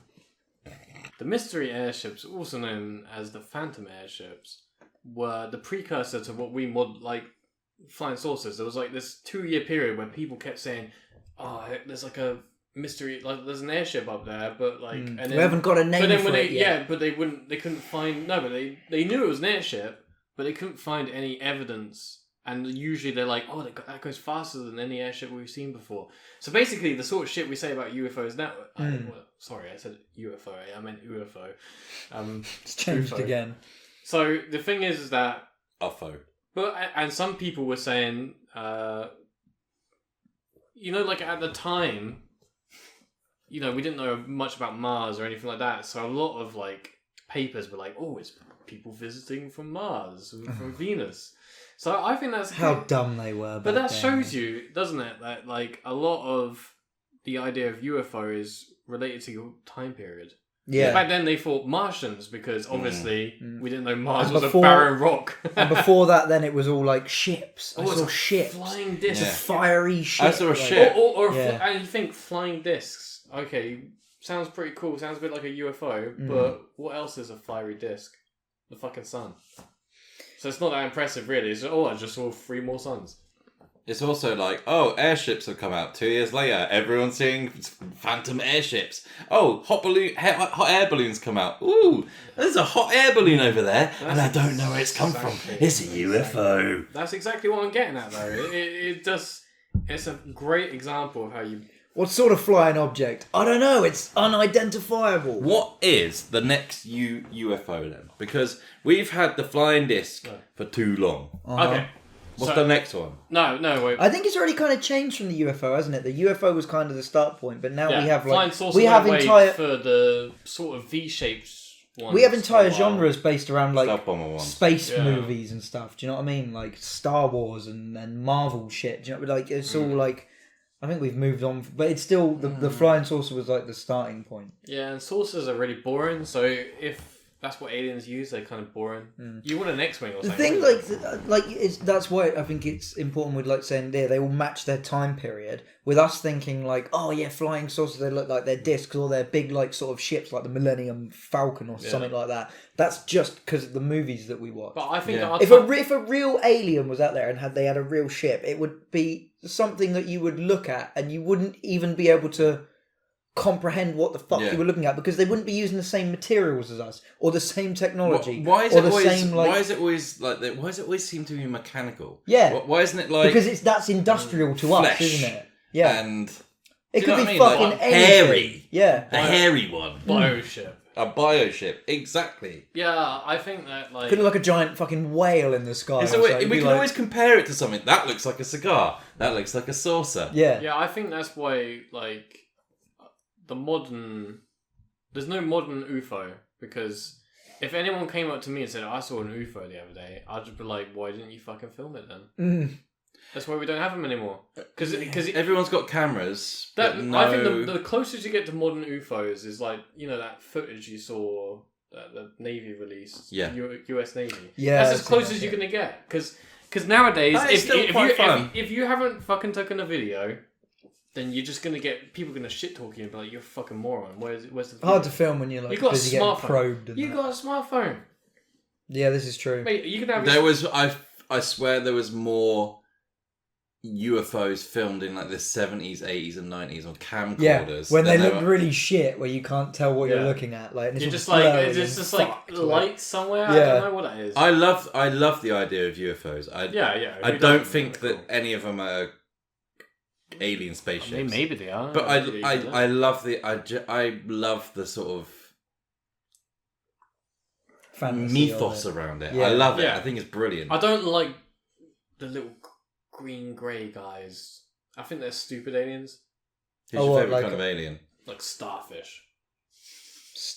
The mystery airships, also known as the Phantom airships, were the precursor to what we mod like flying saucers. There was like this two year period where people kept saying, "Oh, there's like a mystery, like there's an airship up there," but like, and we haven't got a name but then for when it they yet. yeah, but they wouldn't, they couldn't find no, but they they knew it was an airship, but they couldn't find any evidence And usually they're like, oh, that go- that goes faster than any airship we've seen before. So basically, the sort of shit we say about UFOs now. I, Mm. well, sorry, I said UFO. eh? I meant UFO. Um, It's changed UFO. again. so the thing is, is that UFO. but a- and some people were saying, uh, you know, like at the time, you know, we didn't know much about Mars or anything like that. So a lot of like papers were like, oh, it's people visiting from Mars and from Venus. So I think that's How dumb they were. but that back then. shows you, doesn't it, that like a lot of the idea of UFO is related to your time period. Yeah. Back then they thought Martians because obviously Mm. we didn't know Mars And was before- a barren rock. and before that, then it was all like ships. I Oh, it's saw a ships. Flying discs. Yeah. Fiery ship. saw a like- ship. Or, or, or fl- Yeah. and you think flying discs. Okay, sounds pretty cool. Sounds a bit like a UFO, Mm. but what else is a fiery disc? The fucking sun. So it's not that impressive, really. It's oh, I just saw three more suns. It's also like, oh, airships have come out. Two years later, everyone's seeing phantom airships. Oh, hot balloon, he- hot air balloons come out. Ooh, there's a hot air balloon over there, and I don't know where it's come from. Exactly. It's a UFO. That's exactly what I'm getting at, though. It, it, it just it's a great example of how you. What sort of flying object? I don't know. It's unidentifiable. What is the next U- UFO then? Because we've had the flying disc for too long. Uh-huh. Okay, What's So- the next one? no, no, wait. I think it's already kind of changed from the UFO, hasn't it? The UFO was kind of the start point, but now yeah. we have flying like saucer we have went away entire for the sort of V-shaped ones. we have entire for a while. genres based around like Stealth bomber one. space Yeah. movies and stuff. Do you know what I mean? Like Star Wars and, and Marvel shit. Do you know what I mean? Like it's all like I think we've moved on, but it's still the, the flying saucer was like the starting point. Yeah, and saucers are really boring. So if that's what aliens use, they're kind of boring. You want an X-wing or The something? thing, wouldn't like, th- uh, like it's, that's why I think it's important with like saying there they all match their time period with us thinking like, oh yeah, flying saucers they look like they're discs or they're big like sort of ships like the Millennium Falcon or something like that. That's just because of the movies that we watch. you? but I think Yeah. our if ti- a re- if a real alien was out there and had they had a real ship, it would be something that you would look at and you wouldn't even be able to comprehend what the fuck Yeah. you were looking at because they wouldn't be using the same materials as us or the same technology. Why is or it the always? same like why is it always like that? Why does it always seem to be mechanical? Yeah. Why, why isn't it like? because it's that's industrial to flesh us, isn't it? Yeah, and it you could know be what I mean? Like, fucking anything. hairy. Yeah, a hairy one, bioship. a bioship, exactly. Yeah, I think that like could look like a giant fucking whale in the sky. It's or always, we something. can Be like- always compare it to something. That looks like a cigar. That looks like a saucer. yeah. yeah, I think that's why like the modern there's no modern UFO because if anyone came up to me and said I saw an UFO the other day, I'd just be like, why didn't you fucking film it then? Mm. That's why we don't have them anymore. Because because Everyone's got cameras. That but no, I think the, the closest you get to modern UFOs is like you know that footage you saw that the Navy released. Yeah. U- U.S. Navy. Yeah, that's I've as seen close that, as you're yeah. gonna get because nowadays That is if, still if, quite you, fun. If, if you haven't fucking taken a video. Then you're just gonna get people gonna shit talk you and be like, "You're a fucking moron." Where's where's the Hard to film when you're like You got a busy getting smartphone. probed. And You that. got a smartphone. yeah, this is true. Mate, you can have. there Your... was I I swear there was more UFOs filmed in like the seventies, eighties, and nineties on camcorders. Yeah, when they than there look were- really shit, where you can't tell what you're Yeah. looking at, like and it's You're all just like blurry it's and just, just like fucked, light somewhere. I Yeah. don't know what that is. I love I love the idea of UFOs. I yeah, yeah. I who don't doesn't? think They're that any of them are alien cool. spaceships. I mean, maybe they are. But Maybe I, they are. I, I love the I, ju- I love the sort of fantasy of mythos it. around it. Yeah. I love it. Yeah. Oh, I think it's brilliant. I don't like the little g- green grey guys. I think they're stupid aliens, Who's Oh, your what, favorite like kind of a- alien? like starfish.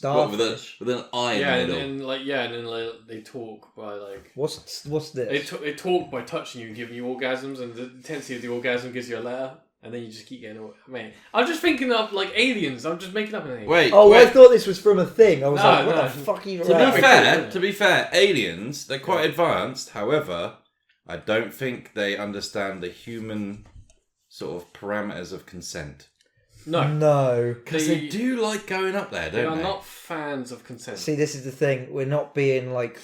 What, with, a, Starfish. with an eye yeah, in and the middle. then like yeah, and then like, they talk by like What's what's they, this? t- they talk by touching you and giving you orgasms, and the intensity of the orgasm gives you a letter, and then you just keep getting. Away. Mate, I'm just thinking of like aliens. I'm just making up an alien. Wait, Oh, wait. I thought this was from a thing. I was No, like, what no. the fuck are you? To be to right. be Yeah. fair, Yeah. to be fair, aliens they're quite advanced. However, I don't think they understand the human sort of parameters of consent no, No. because they, do like going up there, They don't are they? not fans of consent. See, this is the thing. We're not being like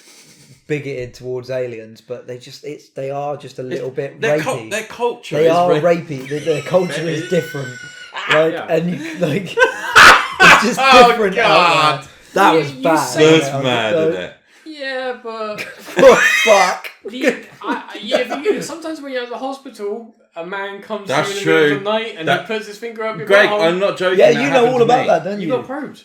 bigoted towards aliens, but they just it's they are just a little bit their, rapey. cul- their culture they is are ra- rapey. Their, their culture is different. Like Yeah. Oh, and you, like it's just different. out God. there. That You- was you bad. say- That's wasn't it? I was mad, like, isn't it? yeah, but Oh, fuck. You- I- I- yeah, you- sometimes when you're at the hospital, a man comes That's to you in the middle of true. the night and That- he puts his finger up your Greg, butthole. I'm not joking. Yeah, that you know happened all to about me. that, don't You you? got probed.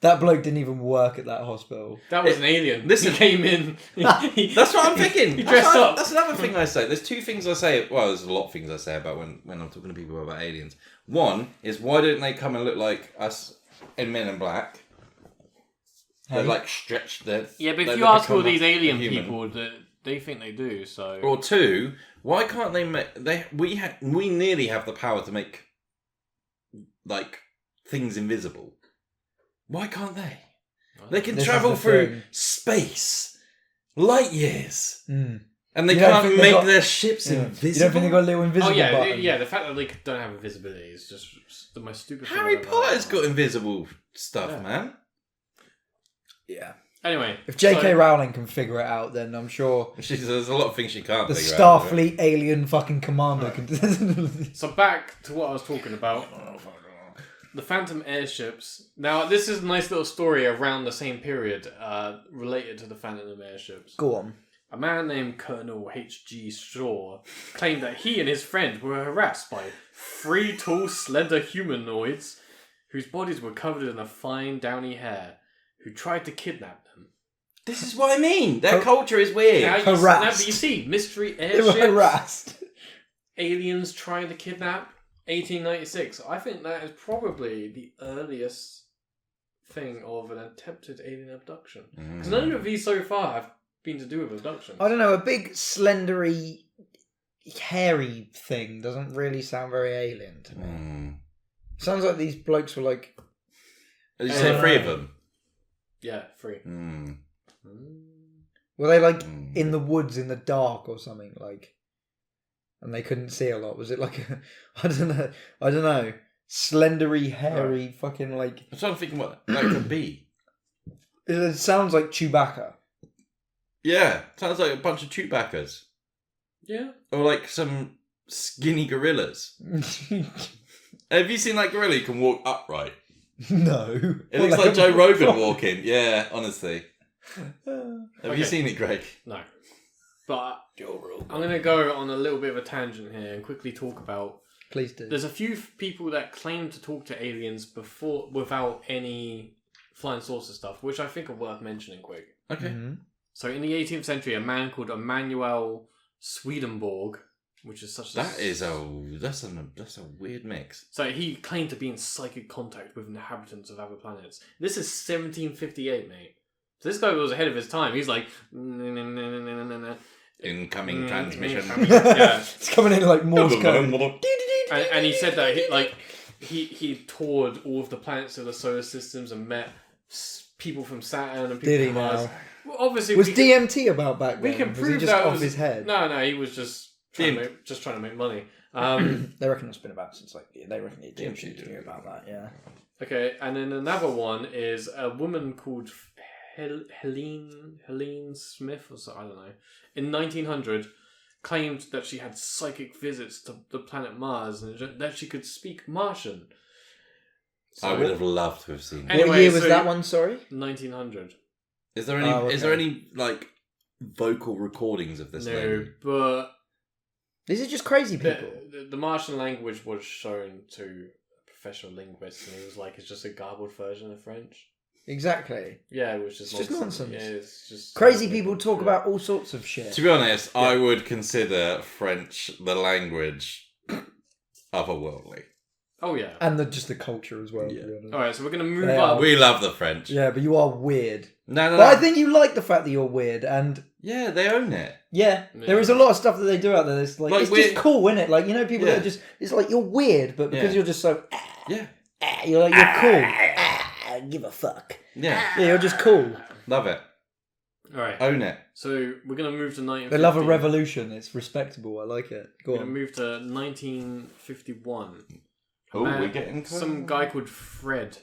that bloke didn't even work at that hospital. That was an alien. listen- he came in. He- That's what I'm thinking. You That's dressed what I- up. That's another thing I say. There's two things I say. Well, there's a lot of things I say about when, when I'm talking to people about aliens. One is why don't they come and look like us in Men in Black? They're Hey. like stretched. They're, yeah, but they if you look ask all become these a alien human. people, that they think they do. So or two, why can't they make they we ha- we nearly have the power to make like things invisible? Why can't they? They can This is travel the through thing. space, light years. Mm. And they You don't can't think they make got- their ships Yeah. invisible. You don't think they got a little oh invisible yeah, button? yeah. The fact that they don't have invisibility is just the most stupid. thing Harry I've ever Potter's heard. got invisible stuff, Yeah. man. yeah. Anyway, If J.K. so- Rowling can figure it out, then I'm sure She, there's a lot of things she can't. the figure out, isn't it? Starfleet alien fucking commander can. So back to what I was talking about. The Phantom airships. Now this is a nice little story around the same period, uh, related to the Phantom airships. Go on. A man named Colonel H. G. Shaw claimed that he and his friend were harassed by three tall, slender humanoids whose bodies were covered in a fine, downy hair, who tried to kidnap them. This is what I mean. Their Oh. culture is weird. Now, you, now, Harassed. but you see, mystery They were airships, harassed. aliens trying to kidnap, 1896. I think that is probably the earliest thing of an attempted alien abduction. Because none of these so far have been to do with abduction. I don't know. A big, slendery, hairy thing doesn't really sound very alien to me. Mm. Sounds like these blokes were like, Did you I say don't three know. of them? Yeah, free. Hmm. Mm. were they like Mm. in the woods in the dark or something like, and they couldn't see a lot. Was it like, a, I don't know, I don't know, slendery, hairy, fucking like. I'm trying to think what that could be. It, it sounds like Chewbacca. Yeah, sounds like a bunch of Chewbacca's Yeah. or like some skinny gorillas. Have you seen that gorilla who can walk upright? no, It Or looks like a- Joe Rogan walking. Yeah, honestly. Have Okay. you seen it, Greg? No. But I'm going to go on a little bit of a tangent here and quickly talk about. Please do. There's a few f- people that claim to talk to aliens before without any flying saucer stuff, which I think are worth mentioning quick. Okay. Mhm. So in the 18th century, a man called Emanuel Swedenborg, which is such a That is a that's a that's a weird mix. So he claimed to be in psychic contact with inhabitants of other planets. This is 1758, mate. So this guy was ahead of his time. He's like, "Nah, nah, nah, nah, nah, nah, nah." Incoming Mm, transmission. incoming. Yeah. it's coming in like Morse code. and, and he said that he like he he toured all of the planets of the solar systems and met s- people from Saturn and people Did he from Mars. now? Well, obviously, Was we can, DMT about back then? we can was prove he just that off was, his head? No, no, he was just trying to DMT. make, just trying to make money. Um, They reckon it's been about since like yeah, they reckon it DMT DMT did. knew about that. Yeah. okay, and then another one is a woman called Hel- Helene Helene Smith or so I don't know. In 1900, claimed that she had psychic visits to the planet Mars and that she could speak Martian. I would have loved to have seen. And- Anyway, what year was so- that one? Sorry. 1900. Is there any? Oh, Is there okay. any like vocal recordings of this? no, lady? but These are just crazy people. the, the, the Martian language was shown to a professional linguist, and he was like, "It's just a garbled version of French." Exactly. Yeah, which is It's just nonsense. Yeah, it's just Crazy people talk Yeah. about all sorts of shit. To be honest, I would consider French the language otherworldly. Oh yeah. and the, just the culture as well. to be Yeah. honest. All right, so we're gonna move They up. We love the French. Yeah, but you are weird. No, no, Uh, But I no. think you like the fact that you're weird, and Yeah, they own it. yeah, there is a lot of stuff that they do out there. That's like, Like it's weird- just cool, isn't it? Like you know, people that Yeah. are just it's like you're weird, but because Yeah. you're just so Yeah, ah, you're like you're cool. Ah, give a fuck. yeah, Yeah, you're just cool. love it. All right, Own it. so we're gonna move to 19. Uh, They love a revolution. It's respectable. I like it. Go We're gonna on. move to 1951. Oh, Man, we're getting some guy called Fred.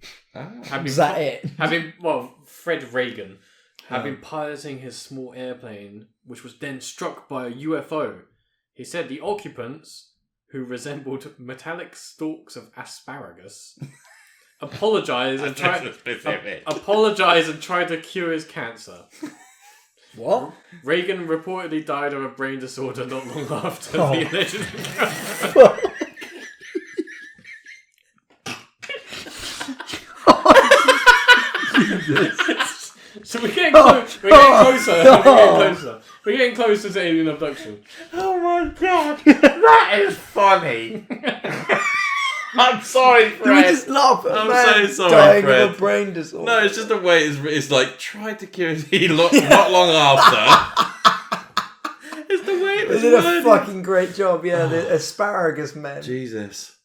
Ah. Had been Is that it? Had been well, Fred Reagan had Oh. been piloting his small airplane, which was then struck by a UFO. He said the occupants, who resembled metallic stalks of asparagus, apologized and That's tried Oh, specific. apologized and tried to cure his cancer. What? Reagan reportedly died of a brain disorder not long after Oh. the election. so we're getting, clo- we're getting Oh, closer. We're getting closer. We're getting closer to alien abduction. Oh my god, that is funny. I'm sorry, Did we Fred. just laugh at a I'm man so sorry, dying of Fred. a brain disorder? No, it's just the way it's, it's like tried to cure he not, not long after. it's the way it They was did a worded. fucking great job, yeah. The asparagus men. Jesus.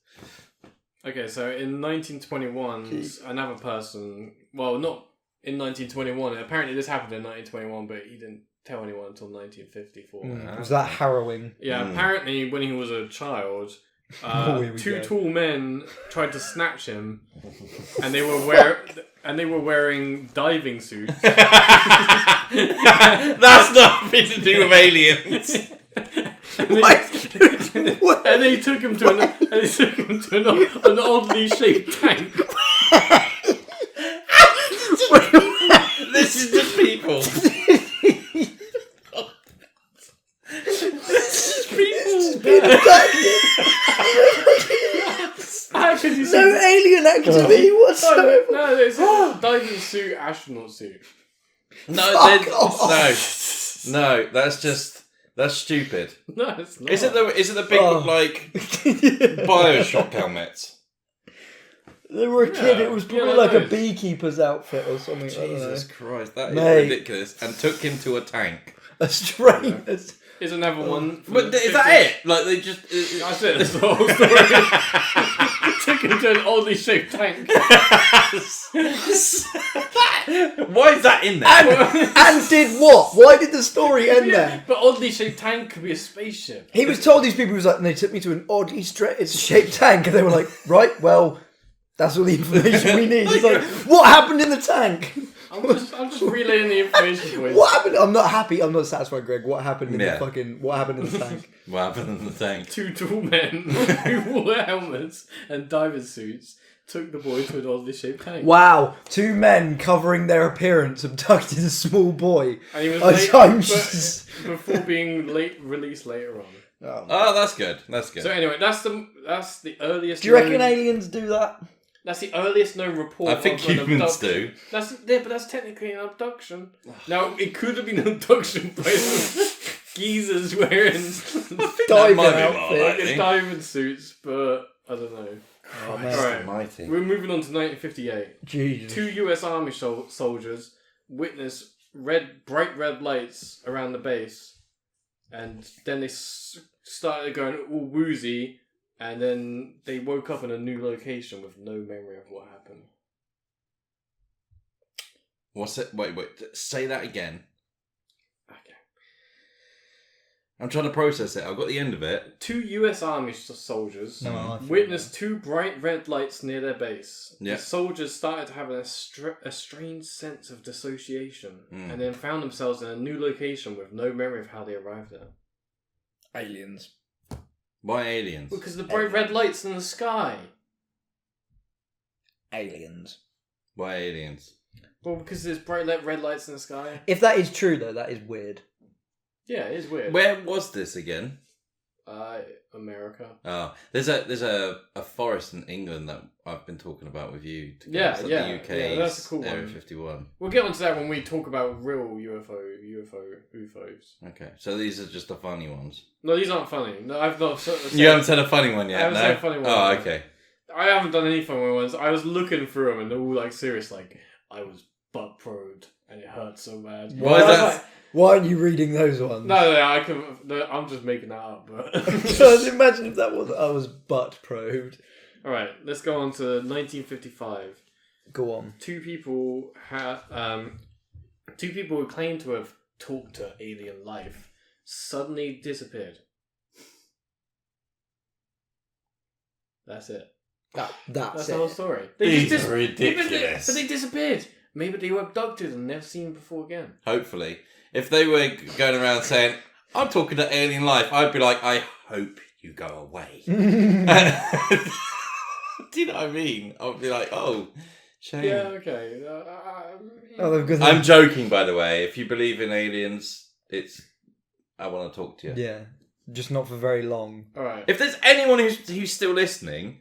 Okay, so in 1921, another person, well, not in 1921, apparently this happened in 1921, but he didn't tell anyone until 1954. Mm, was that harrowing? Yeah, Mm. apparently when he was a child, uh, Oh, here we two go. tall men tried to snatch him, and they were wear and they were wearing diving suits. That's nothing to do with aliens. And they- what? and they took him to an and they took him to an, o- an oddly shaped tank. This is just people. How could you no see? alien activity No, whatsoever. no, it's a diving suit, astronaut suit. No, they- Fuck off. no, no. That's just that's stupid. No, it's not. Is it the is it the big Oh. like Yeah. Bioshock helmets? They were a kid, Yeah. it was probably Yeah, I like know. a beekeeper's outfit or something. I don't know. Jesus Christ, that is Mate. ridiculous. And took him to a tank. A strange. Is another one? from Oh. But the is that 50s. it? Like they just uh, it- That's it. That's the whole story. took him to an oddly shaped tank. it- why is that in there? and did what? Why did the story end Yeah, there? but oddly shaped tank could be a spaceship. He was told these people, he was like, and they took me to an oddly stra- it's shaped tank, and they were like, right, well, that's all the information we need. It's like, what happened in the tank? I'm just, I'm just relaying the information. With. What happened? I'm not happy. I'm not satisfied, Greg. What happened in Yeah. the fucking? What happened in the tank? What happened in the tank? Two tall men who wore helmets and diving suits took the boy to an oddly shaped tank. wow, two men covering their appearance abducted a small boy. And he was I- late, I'm but- just- before being late released later on. Oh, that's good. That's good. So anyway, that's the that's the earliest. Do you reckon known, aliens do that? That's the earliest known report. I think of an humans abduction. do. That's yeah, but that's technically an abduction. Now it could have been an abduction by some geezers wearing That Diving might be outfit. more fucking likely. diving suits, but I don't know. Oh, man. Alright, Mighty. we're moving on to 1958. Jesus. Two U.S. Army sol- soldiers witness red, bright red lights around the base, and then they s- started going all woozy, and then they woke up in a new location with no memory of what happened. What's it? Wait, wait. Say that again. Okay. I'm trying to process it. I've got the end of it. Two U.S. Army s- soldiers No, I think- witnessed two bright red lights near their base. Yeah. The soldiers started to have a, str- a strange sense of dissociation, Mm. and then found themselves in a new location with no memory of how they arrived there. aliens. Why aliens? Because the bright red lights in the sky. Aliens. Why aliens? Well, because there's bright le- red lights in the sky. If that is true, though, that is weird. Yeah, it is weird. Where was this again? Uh, America. Oh, there's a there's a, a forest in England that I've been talking about with you. To Yeah, it's like yeah, the yeah, UK's that's a cool Area one. 51. We'll get onto that when we talk about real UFO, UFO, UFOs. Okay, so these are just the funny ones. No, these aren't funny. No, I've not. so- so- You haven't said a funny one yet. I haven't no? said a funny one. Oh, okay. I haven't done any funny ones. I was looking through them and they're all like serious, like I was butt probed and it hurt so bad. Why is I was that- like, Why aren't you reading those ones? no, no, no, I can. No, I'm just making that up. But Just imagine if that was I was butt probed. all right, let's go on to 1955. Go on. Two people ha- um, two people who claim to have talked to alien life suddenly disappeared. That's it. That, That's that's, it. the whole story. These just are dis- yeah, but they- ridiculous. But they disappeared. Maybe they were abducted and never seen before again. Hopefully, if they were g- going around saying, "I'm talking to alien life," I'd be like, "I hope you go away." Do you know what I mean? I'd be like, "Oh, Shame. Yeah, okay. Uh, uh, Oh, they've got I'm joking, by the way. If you believe in aliens, it's. I want to talk to you. yeah, just not for very long. all right. If there's anyone who's who's still listening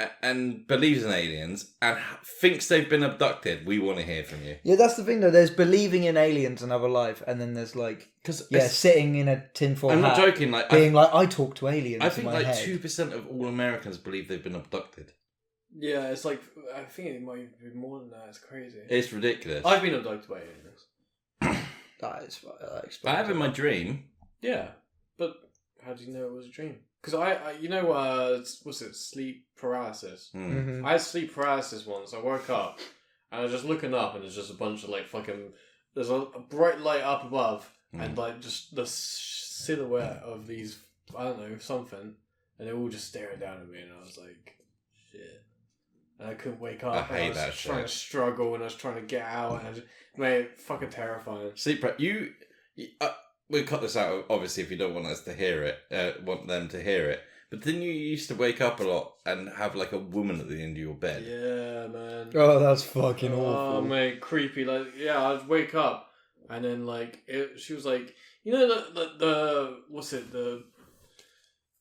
a- and believes in aliens and h- thinks they've been abducted, we want to hear from you. Yeah, that's the thing though. There's believing in aliens and other life, and then there's like Because yeah, sitting in a tinfoil I'm not hat, joking. Like I, being like, I talk to aliens. I in think my like head. two percent of all Americans believe they've been abducted. Yeah, it's like I think it might be more than that. It's crazy. It's ridiculous. I've been abducted by aliens. That is, that I explains have in it. my dream. Yeah, but how do you know it was a dream? Because I, I, you know, uh, s- what's it? Sleep paralysis. Hmm. Mhm. I had sleep paralysis once. I woke up and I was just looking up, and there's just a bunch of like fucking. There's a, a bright light up above, Mm. and like just the s- silhouette of these. I don't know something, and they're all just staring down at me, and I was like, shit. And I couldn't wake up. I and hate was that trying shit. to struggle, and I was trying to get out, and I just, mate, fucking terrifying. Sleep prep. You, you uh, we cut this out obviously if you don't want us to hear it, uh, want them to hear it. But then you used to wake up a lot and have like a woman at the end of your bed. Yeah, man. Oh, that's fucking Oh, awful. mate, creepy. Like, yeah, I'd wake up and then like it, she was like, you know, the, the the what's it the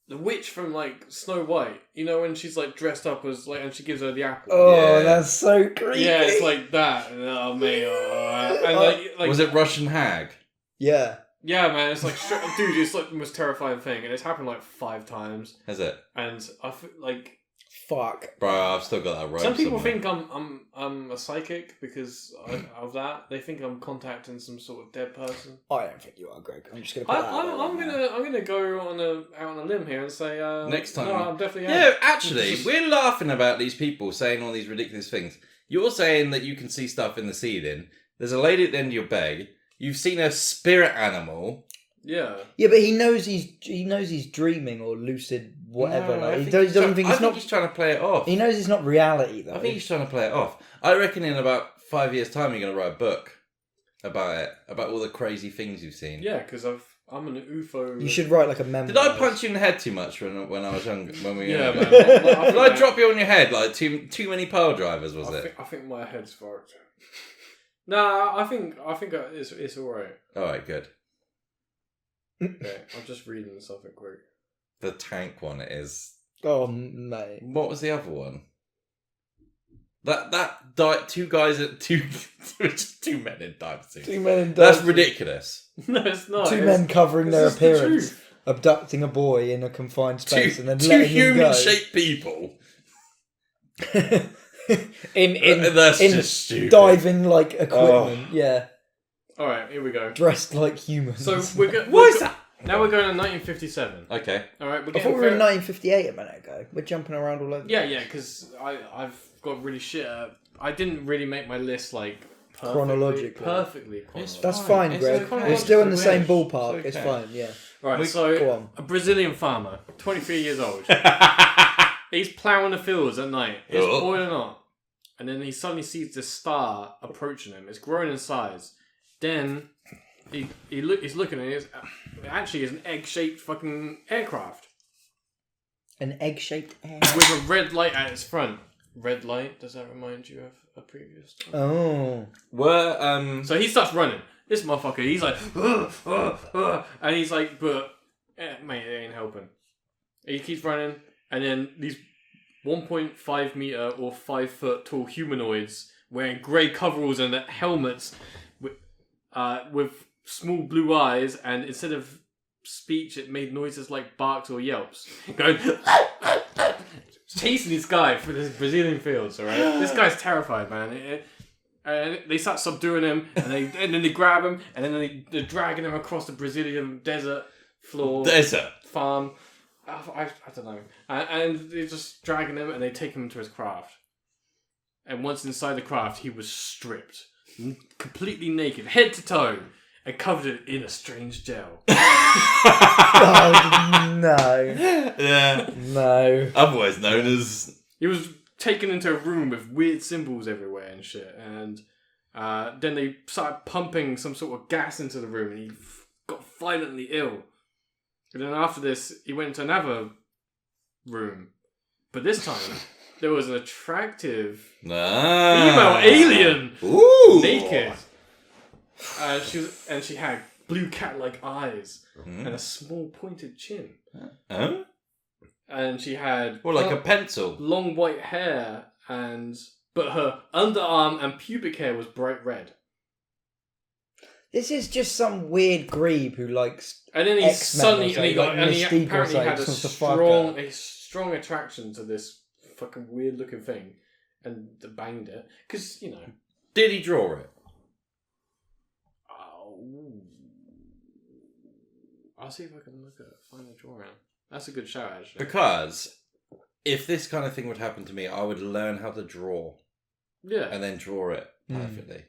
the witch from like Snow White. You know, when she's like dressed up as like, and she gives her the apple. Oh, Yeah. that's so creepy. yeah, it's like that. And, oh, mate, oh, and like, like Uh, was it Russian hag? yeah. yeah, man, it's like stra- dude, it's like the most terrifying thing, and it's happened like five times. Has it, And I f- like Fuck. bro? I've still got that right. some people somewhere. think I'm I'm I'm a psychic because I, of that. They think I'm contacting some sort of dead person. I don't think you are, Greg. I'm just gonna. Put I, that I'm, out I'm there. gonna I'm gonna go on a out on a limb here and say uh, Next time. No, I'm definitely Yeah, actually, we're laughing about these people saying all these ridiculous things. You're saying that you can see stuff in the ceiling. There's a lady at the end of your bed. You've seen a spirit animal. yeah. Yeah, but he knows he's he knows he's dreaming or lucid whatever. No, I like he think does, he's doesn't try- think I it's not. he's trying to play it off. He knows it's not reality though. I think he's trying to play it off. I reckon in about five years' time, you're going to write a book about it, about all the crazy things you've seen. yeah, because I've I'm an UFO. you should write like a memoir. Did I punch you in the head too much when when I was younger? When we were Yeah, younger? man. I Did I drop you on your head like too too many pile drivers? Was I it? think, I think my head's fucked. nah, I think I think I- it's it's all right. All right, good. Okay, I'm just reading something quick. The tank one is. Oh mate. What was the other one? That that di- two guys at two just two men in dive suits. Two men. That's ridiculous. No, it's not. Two it's, men covering this their is the appearance, truth. abducting a boy in a confined space, two and then two letting him go. human-shaped people. in in Uh, That's in just stupid. Oh. diving like equipment. Yeah, All right, here we go. dressed like humans. So we're go- What we're is go- that? Now we're going to 1957. Okay. All right, we're I getting thought we were in fair- 1958 a minute ago. We're jumping around all over. Yeah, yeah, because I I've got really shit. Uh, I didn't really make my list like perfectly, Chronologically. Perfectly chronologically. That's Fine, fine, it's Greg. okay. We're still in the It's same okay. ballpark. It's It's okay. fine. Yeah. Right, We- Go so on. a Brazilian farmer, 23 years old. He's ploughing the fields at night. It's Oh. boiling hot. And then he suddenly sees this star approaching him. It's growing in size. Then he, he look, he's looking at it. It's, it actually is an egg shaped fucking aircraft An egg-shaped egg with a red light at its front. Red light, does that remind you of a previous? time? Oh. Were um So he starts running. This motherfucker, he's like, "Ugh, ugh, ugh," and he's like, but eh, mate, it ain't helping. He keeps running, and then these 1.5 meter or 5 foot tall humanoids wearing grey coveralls and helmets with, uh, with small blue eyes, and instead of speech, it made noises like barks or yelps. Going, chasing this guy for this Brazilian fields, alright? This guy's terrified, man. It- it- and they start subduing him, and they and then they grab him, and then they, they're dragging him across the Brazilian desert floor desert. farm. I, I, I don't know. And, and they're just dragging him, and they take him to his craft. And once inside the craft, he was stripped, n- completely naked, head to toe, and covered in a strange gel. Oh, no. yeah. No. Otherwise known as He was taken into a room with weird symbols everywhere and shit. And uh, then they started pumping some sort of gas into the room, and he f- got violently ill. And then after this, he went into another room, but this time there was an attractive female Ah. alien Ooh. naked. Uh, she was, and she had blue cat-like eyes and a small pointed chin, Hmm? Huh? and she had Or like a pencil. long white hair and but her underarm and pubic hair was bright red. This is just some weird grebe who likes. And then he X-Men or suddenly and something, he, got, like and he Mystique or apparently something, had a sort of strong fucker. a strong attraction to this fucking weird looking thing and banged it because you know Did he draw it? oh, I'll see if I can look at find a drawing. That's a good shout actually. Because if this kind of thing would happen to me, I would learn how to draw Yeah, and then draw it Mm. perfectly,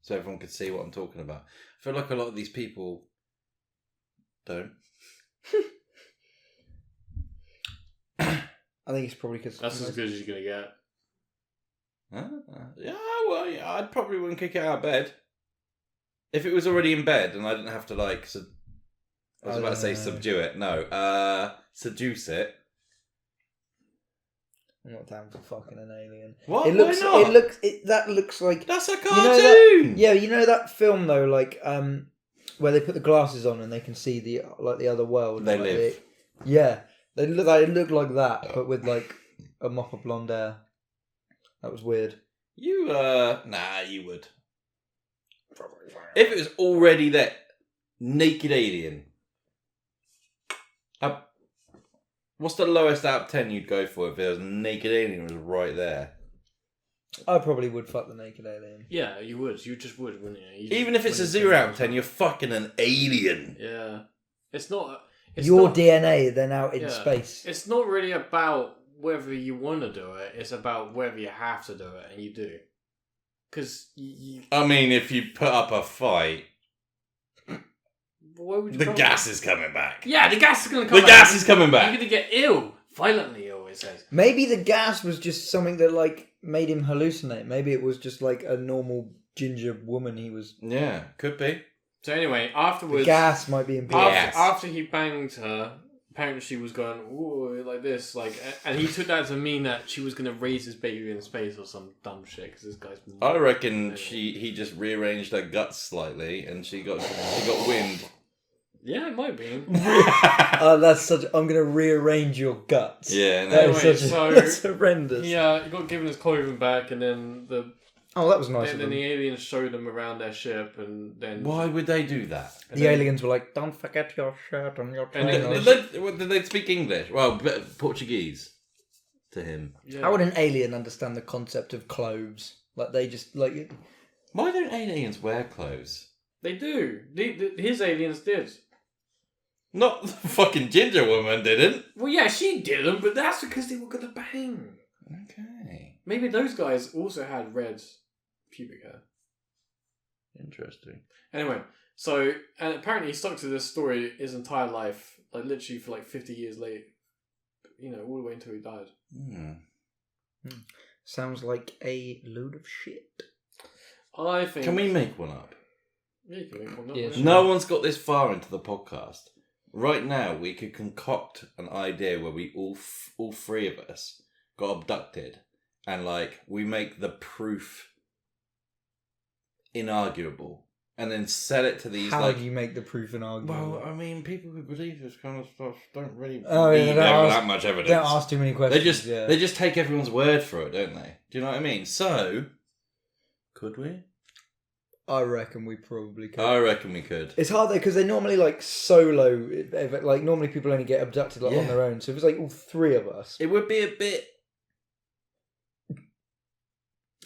so everyone could see what I'm talking about. I feel like a lot of these people don't. I think it's probably because that's as good as you're gonna get. Ah, yeah, well, yeah, I probably wouldn't kick it out of bed if it was already in bed and I didn't have to like. Su- I was about to say Uh, subdue it. No, uh, seduce it. I'm not down for fucking an alien. What? It looks. Oh, Why not? It looks. It, that looks like. That's a know that- cartoon. Yeah, you know that film though, like um, where they put the glasses on and they can see the like the other world. They like, live. they- yeah, they look. They look like that, but with like a mop of blonde hair. That was weird. You uh nah you would. If it was already that naked alien. Uh, what's the lowest out of ten you'd go for if it was naked alien was right there? I probably would fuck the naked alien. Yeah, you would. You just would, wouldn't you? You Even if just it's a zero wouldn't think out of ten, you're fucking an alien. Yeah, it's not. It's Your not, DNA then out in Yeah. space. It's not really about whether you want to do it. It's about whether you have to do it, and you do. Because you, I mean, if you put up a fight, why would you the come- gas is coming back. Yeah, the gas is gonna come. the out. gas is coming You're back. gonna get ill, violently. Ill, it says. Maybe the gas was just something that like made him hallucinate. Maybe it was just like a normal ginger woman he was. Yeah, could be. So anyway, the afterwards, gas might be important. after, Yes. after he banged her, apparently she was going ooh like this, like, a- and he took that to mean that she was gonna raise his baby in space or some dumb shit. Because this guy's. I reckon she he just rearranged her guts slightly, and she got she got wind. Yeah, it might be. Oh, that's such. I'm gonna rearrange your guts. yeah, no. That is Anyway, such a, so- that's horrendous. He uh, he got given his clothing back, and then the Oh, that was nice. and Of then them. the The, aliens showed him around their ship, and then Why would they do that? and then- aliens were like, "Don't forget your shirt and your And then- trainers." Did they, did they speak English? Well, but Portuguese to him. Yeah. How would an alien understand the concept of clothes? Like they just like Why don't aliens wear clothes? they do? The- the- his aliens did. Not the fucking ginger woman didn't. Well, yeah, she didn't, but that's because they were gonna bang. Okay, Maybe those guys also had red pubic hair. interesting. Anyway, so and apparently he stuck to this story his entire life, like literally for like fifty years late, you know, all the way until he died. Hmm. sounds like a load of shit. I think. Can we make one up? Yeah, you can make one up, Yes. right? No one's got this far into the podcast. Right now, we could concoct an idea where we all f- all three of us got abducted, and like we make the proof inarguable, and then sell it to these How like do you make the proof an argument? uh, Well, I mean, people who believe this kind of stuff don't really Oh, yeah, need they don't ever ask- that much evidence. Don't ask too many questions. they just yeah. they just take everyone's word for it, don't they? Do you know what I mean? So, could we? I reckon we probably could. I reckon we could. It's hard though because they normally like solo. if- if- Like normally people only get abducted like Yeah. on their own. So if it's like all three of us, It would be a bit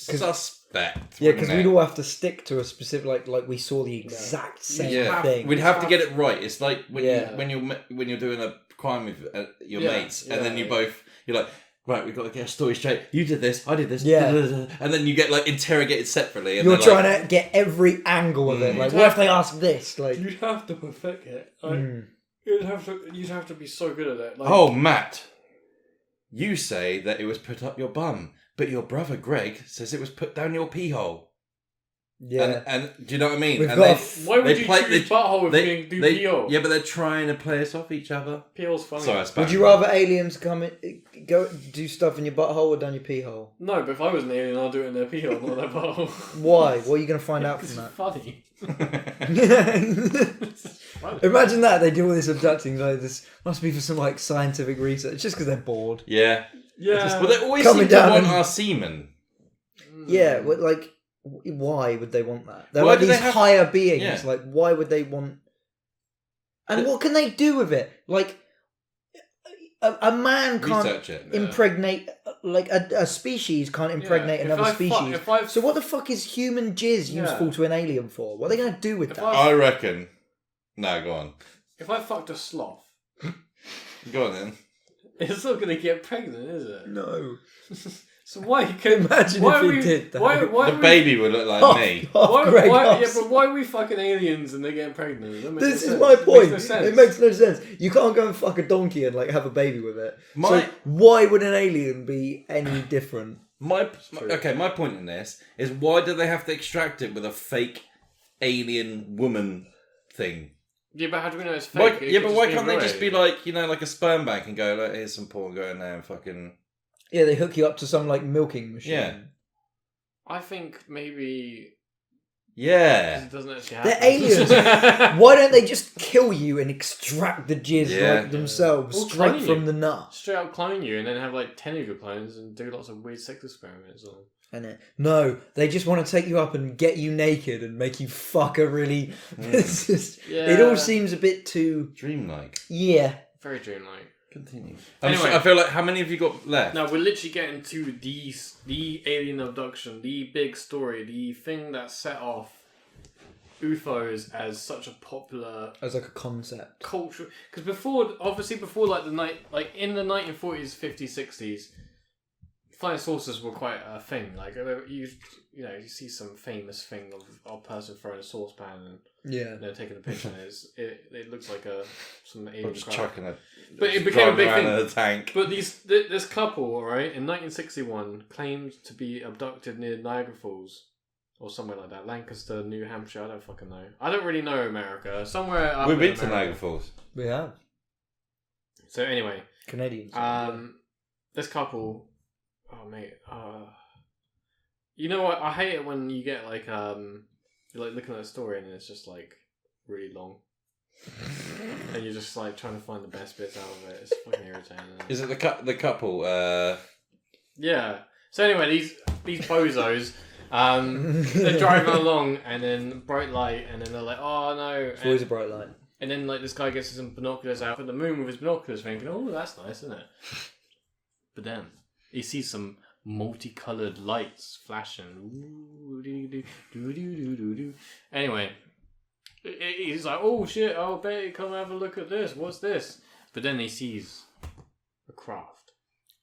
'Cause- suspect. yeah, because we'd wouldn't it? all have to stick to a specific like like we saw the exact same Yeah. thing. We'd have to get it right. It's like when Yeah. you when you're ma- when you're doing a crime with uh, your Yeah, mates, and then yeah, you yeah. both you're like, right, we've got to get a story straight. You did this, I did this, Yeah. and then you get like interrogated separately. And You're they're like, trying to get every angle of it. Mm. Like, what if they ask this? Like, You'd have to perfect it. Like, mm. You'd have to. You'd have to be so good at it. Like, Oh, Matt, you say that it was put up your bum, but your brother Greg says it was put down your pee hole. Yeah. And, and do you know what I mean? We've and got a they, f- Why would they you play- choose they- butthole if they- you do they- peel? yeah, but they're trying to play us off each other. Peel's funny. Sorry, I spat. Would you rather aliens come in, go do stuff in your butthole or down your pee hole? No, but if I was an alien, I'd do it in their peel, not their butthole. Why? What are you going to find out It's from funny. that? Imagine that they do all this abducting. Like this must be for some like scientific research, just because they're bored. yeah. Yeah. But they always Coming seem to down want and- our semen. Mm. Yeah, well, like w- why would they want that? They're Why like do these they have- higher beings. Yeah. Like why would they want? And what can they do with it? Like a, a man can't Research it. impregnate like a, a species can't impregnate if another I fuck- species. if I- so what the fuck is human jizz Yeah. useful to an alien for? What are they going to do with If that? I- I reckon. No, go on. If I fucked a sloth, Go on then. it's not going to get pregnant, is it? No. So why can Imagine why if are it we, did, though. Why, why the are we- baby would look like Half- me. half Oh, Why, Greg why, yeah, Ross. but why are we fucking aliens and they're getting pregnant? That makes This no is sense. my It point. Makes no sense. It makes no sense. You can't go and fuck a donkey and like have a baby with it. My- So why would an alien be any different? My, my- okay. My point in this is why do they have to extract it with a fake alien woman thing? yeah, but how do we know it's fake? Why, It yeah, could but just why be can't they just grey. be like you know, like a sperm bank and go like, here's some porn, go in there and fucking Yeah, they hook you up to some like milking machine. Yeah. I think maybe yeah. it doesn't actually happen. They're aliens. Why don't they just kill you and extract the jizz Yeah. like themselves Or straight clone from you. the nut? Straight up clone you and then have like 10 of your clones and do lots of weird sex experiments. Or... And it, no, they just want to take you up and get you naked and make you fuck a really. Hmm. It's just, It Yeah. all seems a bit too. Dreamlike. Yeah. Very dreamlike. Continue. Anyway. I feel like how many have you got left? Now we're literally getting to the the alien abduction, the big story, the thing that set off UFOs as such a popular As like a concept. culture. Because before, obviously, before like the night, like in the nineteen forties, fifties, sixties, flying saucers were quite a thing. Like uh, you, you know, you see some famous thing of of a person throwing a saucepan and Yeah. they're taking a picture, and it's, it it looks like a some I'm alien just craft. chucking it. But it became a big thing. In the tank. But these th- this couple, all right, in 1961, claimed to be abducted near Niagara Falls or somewhere like that, Lancaster, New Hampshire. I don't fucking know. I don't really know America. Somewhere up We've in been to America. Niagara Falls. We have. So anyway, Canadians. um, this couple, oh mate, uh, you know what? I hate it when you get like um, you're like looking at a story and it's just like really long, and you're just like trying to find the best bits out of it. It's fucking irritating. isn't it? Is it the cu- the couple? Uh, Yeah. So anyway, these these bozos, um, they're driving along, and then bright light, and then they're like, "Oh no!" It's always a And, bright light. and then like this guy gets some binoculars out for the moon with his binoculars, thinking, "Oh, that's nice, isn't it?" But then he sees some multicolored lights flashing. Ooh, doo-doo-doo, doo-doo-doo-doo-doo. Anyway, he- he- he's like, "Oh shit! I'll bet you come have a look at this. What's this?" But then he sees a craft.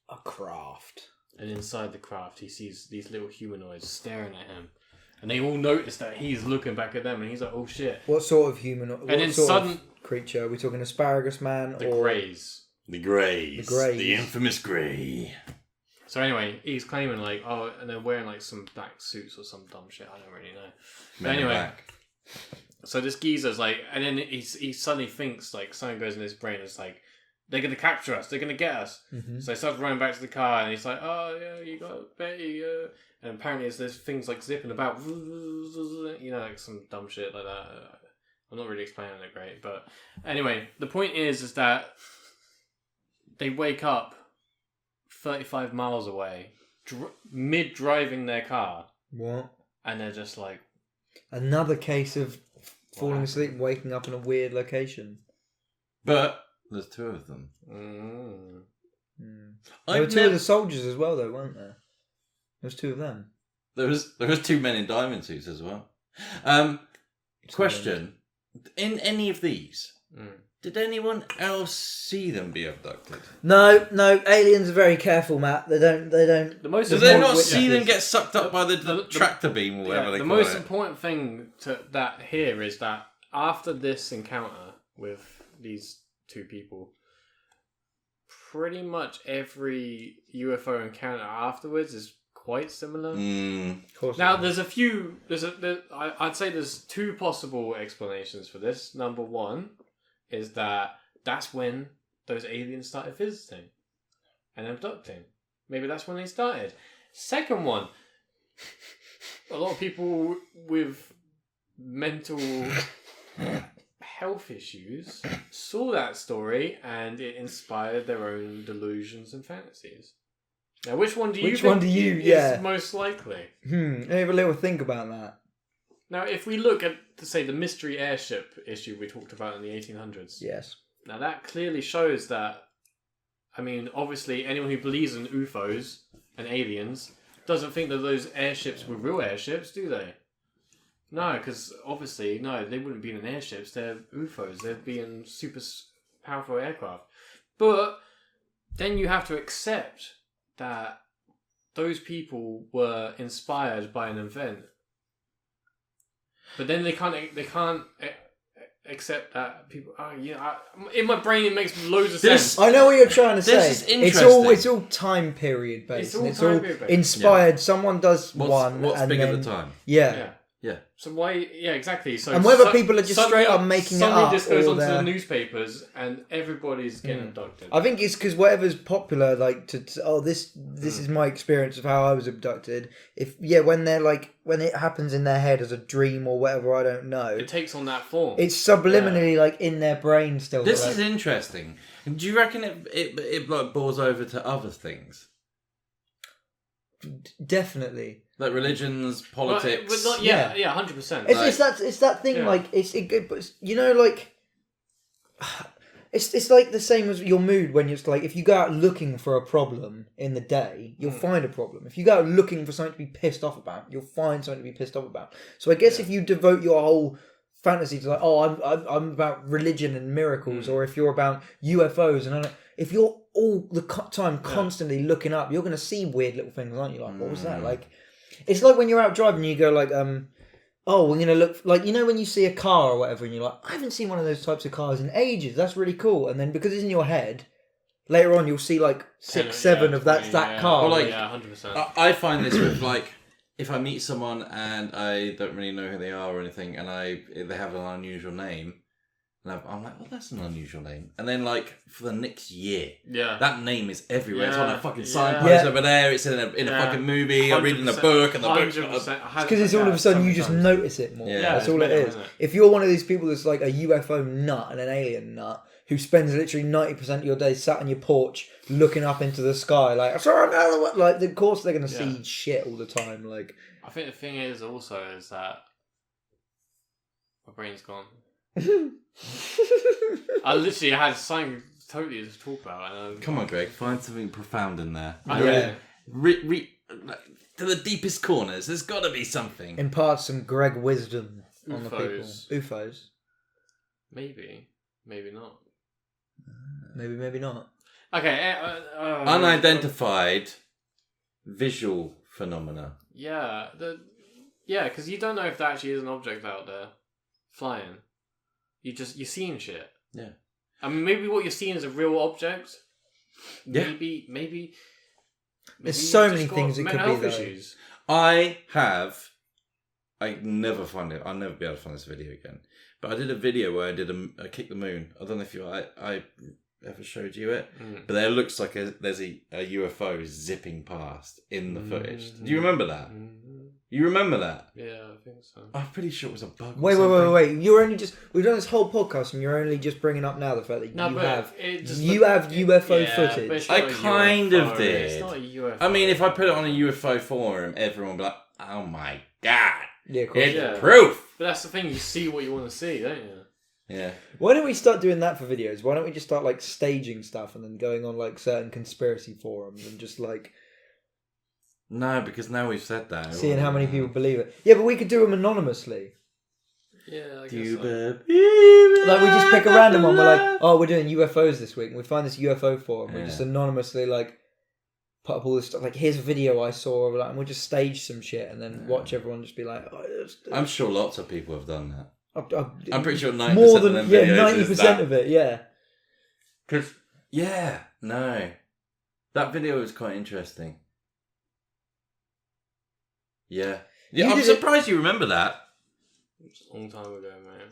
A craft. And inside the craft, he sees these little humanoids staring at him. And they all notice that he's looking back at them and he's like, oh shit. What sort of human? What then sort sudden- of creature? Are we talking asparagus man The or Greys. the Greys. The Greys. The infamous Grey. So anyway, he's claiming like, oh, and they're wearing like some black suits or some dumb shit. I don't really know. Men in anyway. black. So this geezer's like, and then he, he suddenly thinks like something goes in his brain. It's like, they're going to capture us. They're going to get us. Mhm. So he starts running back to the car and he's like, oh, yeah, you got Betty. Uh... And apparently it's, there's things like zipping about, you know, like some dumb shit like that. I'm not really explaining it great, but anyway, the point is, is that they wake up 35 miles away, dr- mid driving their car, what? and they're just like, Another case of falling Wow. asleep, waking up in a weird location. But there's two of them. mm. Mm. There were two of the soldiers as well, though, weren't there? There was two of them. There was there was two men in diamond suits as well. Um, question: In any of these, Mm. did anyone else see them be abducted? No, no. Aliens are very careful, Matt. They don't. They don't. The most Did they more not witnesses. see them get sucked up by the, The- the- tractor beam or whatever Yeah, they the call most it? important thing to that here is that after this encounter with these two people, pretty much every UFO encounter afterwards is quite similar. Mm. Of course. Now, there's a few. There's a. There, I, I'd say there's two possible explanations for this. Number one is that that's when those aliens started visiting and abducting. Maybe that's when they started. Second one, a lot of people with mental health issues saw that story and it inspired their own delusions and fantasies. Now, which one do you? Which one think do you- Is yeah. most likely. Hmm. I have a little think about that. Now, if we look at, say, the mystery airship issue we talked about in the 1800s, Yes. now that clearly shows that, I mean, obviously, anyone who believes in UFOs and aliens doesn't think that those airships were real airships, do they? No, because obviously, no, they wouldn't be in airships, they're UFOs, they'd be in super s- powerful aircraft. But then you have to accept that those people were inspired by an event but then they can't. They can't a- accept that people. Oh, yeah. I, in my brain, it makes loads of This- sense. I know what you're trying to say. This is It's all interesting. it's all time period based. It's and all it's time all period based. inspired. Someone does What's, one. what's and big then, at the time? Yeah. yeah. Yeah. So why? Yeah, exactly. So And whether su- people are just suddenly- straight up making it suddenly up this goes or onto the they're- Hmm. newspapers, and everybody's getting abducted. I think it's because whatever's popular, like to, to- oh this this is my experience of how I was abducted. If yeah, when they're like when it happens in their head as a dream or whatever, I don't know. it takes on that form. It's subliminally like in their brain still. This like- is interesting. Do you reckon it it, it like boils over to other things definitely. like religions, But- uh, politics? but not- yeah, Yeah. yeah, hundred percent. It's, Like- it's that it's that thing Yeah. like it's it, it, but you know like it's it's like the same as your mood when you're just like if you go out looking for a problem in the day you'll find a problem if you go out looking for something to be pissed off about you'll find something to be pissed off about so I guess if you devote your whole fantasy to like oh I'm I'm, I'm about religion and miracles or if you're about UFOs and I don't- if you're all the co- time constantly looking up you're gonna see weird little things aren't you like what was that like it's like when you're out driving and you go like um oh, we're gonna look like you know when you see a car or whatever, and you're like, I haven't seen one of those types of cars in ages. That's really cool. And then because it's in your head, later on you'll see like six, seven of that's that car. Or like- yeah, hundred percent. I, I find this with like if I meet someone and I don't really know who they are or anything, and I they have an unusual name, and I'm, I'm like, well, that's an unusual name, and then like for the next year. yeah. That name is everywhere. It's on Yeah, a fucking yeah. signpost Yeah. over there. It's in a in Yeah. a fucking movie. I'm reading a book, and the book's not a- 100%. I had- because it's all yeah, of a sudden you so just many times. notice it more. Yeah. that's Yeah, all it it's mental, is. isn't it? If you're one of these people that's like a UFO nut and an alien nut who spends literally ninety percent of your day sat on your porch looking up into the sky, like I saw another one. Like of course they're gonna see shit all the time. Like I think the thing is also is that my brain's gone. I literally had something totally to talk about, and um, Come on, Greg, find something profound in there. I Yeah. really- Re, re, like, to the deepest corners. There's got to be something. impart some Greg wisdom on the UFOs. people. UFOs, maybe, maybe not. maybe, maybe not. Okay, uh, uh, Unidentified visual phenomena. Yeah, the yeah, because you don't know if there actually is an object out there flying. You just you're seeing shit. Yeah. I mean, maybe what you're seeing is a real object. Yeah. Maybe, maybe. There's maybe so you've many just got things it could mental be, health though. issues. I have. I never find it. I'll never be able to find this video again. But I did a video where I did a, a kick the moon. I don't know if you I, I ever showed you it, Mm. but there looks like a, there's a, a UFO zipping past in the footage. Do you remember that? Mm, You remember that? Yeah, I think so. I'm pretty sure it was a bug. or Wait, wait, wait, something. wait, wait! You're only just we've done this whole podcast, and you're only just bringing up now the fact that No, you but have it just you look- have UFO yeah, but footage. it's not I a kind UFO. of It's did. not a UFO. I mean, if I put it on a UFO forum, everyone would be like, oh my god, Yeah, of course. it's Yeah. proof. But that's the thing. You see what you want to see, don't you? Yeah. Why don't we start doing that for videos? Why don't we just start like staging stuff and then going on like certain conspiracy forums and just like No, because now we've said that. seeing how many people believe it? Yeah, but we could do them anonymously. Yeah. I guess Do you so. believe Like we just pick a in random one. We're like, love? oh, we're doing UFOs this week. And we find this UFO forum. We Yeah. just anonymously like put up all this stuff. Like here's a video I saw, like, and we'll just stage some shit and then watch everyone just be like, oh, it's, I'm sure lots of people have done that. I- I- I'm pretty sure 90% more of than them yeah, videos ninety is percent that. of it. Yeah, Cause, yeah, no. That video was quite interesting. Yeah. Yeah, You I'm did it- surprised you remember that. It's a long time ago, man.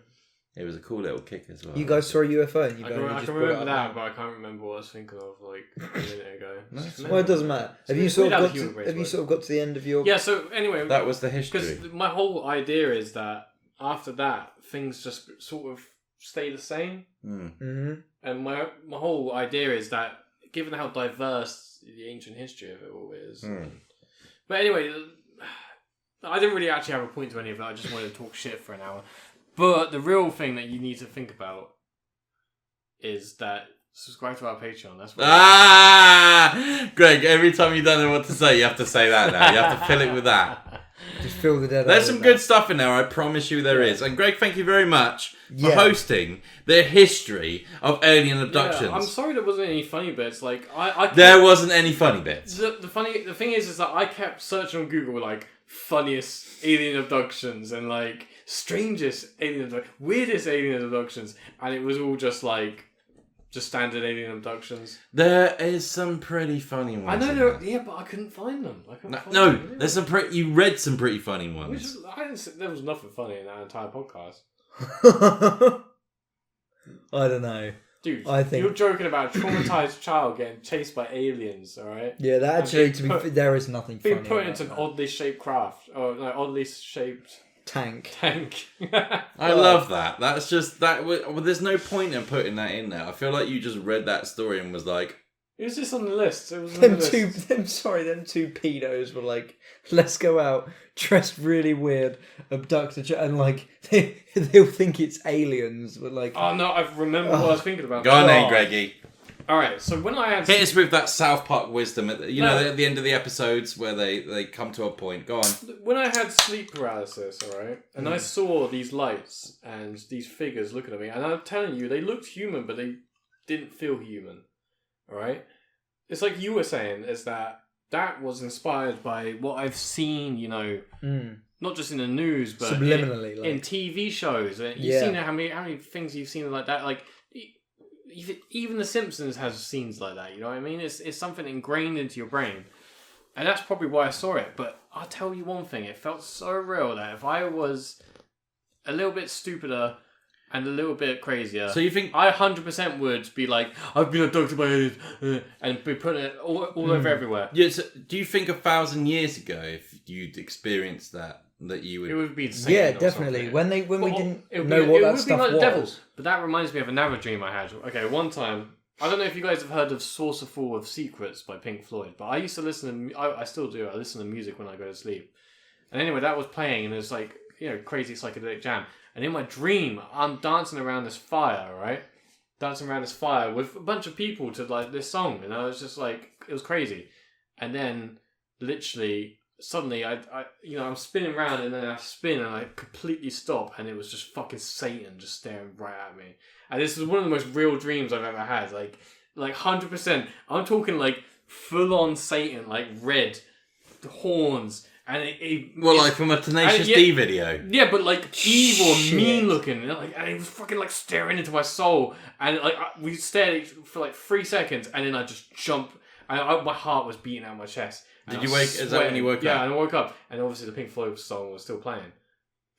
It was a cool little kick as well. You guys saw a UFO and you I guys can, I just can brought it remember that, up. but I can't remember what I was thinking of like a minute ago. No, it's Well, it doesn't matter. Have you It's sort made of out got of human to, brains, have you right? sort of got to the end of your? Yeah. So anyway, That was the because history. my whole idea is that after that, things just sort of stay the same. Mm. hmm And my my whole idea is that, given how diverse the ancient history of it all is, Mm. but anyway, I didn't really actually have a point to any of that. I just wanted to talk shit for an hour. But the real thing that you need to think about is that subscribe to our Patreon. That's what Ah, Greg! Every time you don't know what to say, you have to say that now. You have to fill it with that. Just fill the dead. There's some hole with good that. stuff in there. I promise you, there is. And Greg, thank you very much for Yeah. hosting the history of alien abductions. Yeah, I'm sorry there wasn't any funny bits. Like I, I kept- there wasn't any funny bits. the, the funny the thing is is that I kept searching on Google like funniest alien abductions and like strangest alien abductions, weirdest alien abductions, and it was all just like just standard alien abductions. There is some pretty funny ones. I know in there, there. yeah, but I couldn't find them. I couldn't No, find no, them. there's some pretty. You read some pretty funny Which ones. is- I didn't say, there was nothing funny in that entire podcast, I don't know. dude. I think- you're joking about a traumatized child getting chased by aliens. All right, Yeah, that actually, being to be put- f there is nothing being funny put about into an that. oddly shaped craft or no, oddly shaped tank. tank. I love that. That's just that. w- Well, there's no point in putting that in there. I feel like you just read that story and was like, it was just on the list. It was on the Them two, list. them sorry, them two pedos were like, let's go out dressed really weird, abduct a ch-, and like they they'll think it's aliens, but like Oh no, I remember what I was thinking about. "Go on, then, Oh. Greggy, All right, so when I had hit us with that South Park wisdom." At the, you know, No. at the end of the episodes where they they come to a point. Go on. when I had sleep paralysis, all right, and Hmm. I saw these lights and these figures looking at me, and I'm telling you, they looked human, but they didn't feel human. All right, it's like you were saying, is that that was inspired by what I've seen, you know, mm, not just in the news, but in- subliminally, in, like TV shows. And you've Yeah. seen how many how many things you've seen like that, like. e- e- Even The Simpsons has scenes like that, you know what I mean? It's, it's something ingrained into your brain. And that's probably why I saw it. But I'll tell you one thing, it felt so real that if I was a little bit stupider and a little bit crazier, So you think I 100% would be like, I've been abducted by aliens, uh, and be putting it all, all Hmm. over everywhere. Yeah, so do you think a thousand years ago, if you'd experienced that, that you would? It would be insane. yeah, or definitely. something. When they when we Well, didn't it would know be, what it that would stuff be like was, the devils. But that reminds me of another dream I had. Okay, one time, I don't know if you guys have heard of Saucerful of Secrets by Pink Floyd, but I used to listen to, mu- I, I still do, I listen to music when I go to sleep. And anyway, that was playing and it was like, you know, crazy psychedelic jam. And in my dream, I'm dancing around this fire, right? Dancing around this fire with a bunch of people to like this song. And I was just like, it was crazy. And then literally suddenly I, I you know I'm spinning around and then I spin and I completely stop and it was just fucking Satan just staring right at me and this is one of the most real dreams I've ever had like like hundred percent I'm talking like full on Satan like red horns and it, it well, like from a Tenacious I- yeah. D video. yeah, but like evil, Shit. mean looking, and like and it was fucking like staring into my soul, and like I, we stared at each for like three seconds, and then I just jump, and I, my heart was beating out of my chest. and Did I you was wake- is that when you sweating. woke up? Yeah, and I woke up, and obviously the Pink Floyd song was still playing.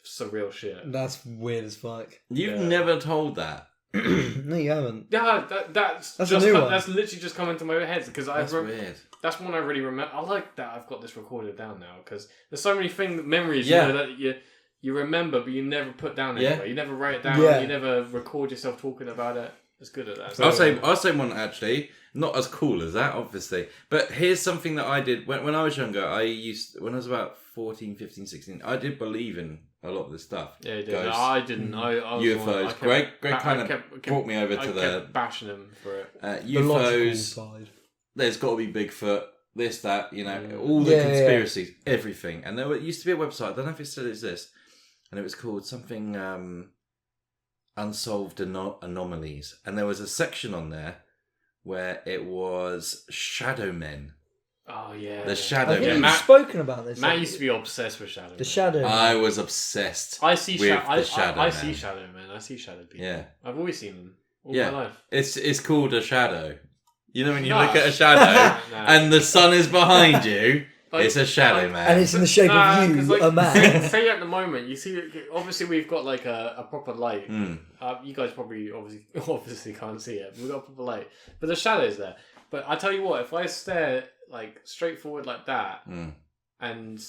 Surreal shit. that's weird as fuck. You've Yeah. never told that. no, you haven't. Yeah, that, that's That's a just new come- one. that's literally just come into my head because I That's rem- weird. that's one I really remember. I like that I've got this recorded down now because there's so many things, memories, Yeah. you know, that you you remember, but you never put down Yeah. anywhere. You never write it down. Yeah. You never record yourself talking about it. It's good at that. I'll say, I'll say one actually. Not as cool as that, obviously. But here's something that I did when, when I was younger. I used when I was about 14, 15, 16, I did believe in a lot of this stuff. yeah, you did. Ghosts, No, I didn't. I, I was the one- I UFOs. kept- Greg, Greg I kind kept- I of kept- brought me over I to the kept bashing him for it. uh, The logical UFOs. side. there's got to be Bigfoot, this, that, you know, Yeah. all the Mm. Yeah, yeah, yeah. conspiracies, everything. And there were, used to be a website, I don't know if it still exists, and it was called something um, Unsolved Ano- Anomalies. And there was a section on there where it was Shadow Men. Oh yeah. The yeah. Shadow I think Yeah, we've Men. Matt- spoken about this. Matt Uh, like, ushed to be obsessed with shadow. the shadow. I was obsessed. I see. with Sha- I, the I- Shadow I, see Man. shadow man. I see shadow people. Yeah. I've always seen them all Yeah. my life. It's, it's called a shadow. You know, when you Nah. look at a shadow Nah. and the sun is behind you, Like, it's a shadow like- man. and it's in the shape Nah, of 'cause, you, like, a say, man. say at the moment, you see, obviously we've got like a, a proper light. Hmm. Uh, you guys probably obviously obviously can't see it. We've got a proper light, but the shadow's there. But I tell you what, if I stare like straight forward like that, Mm. and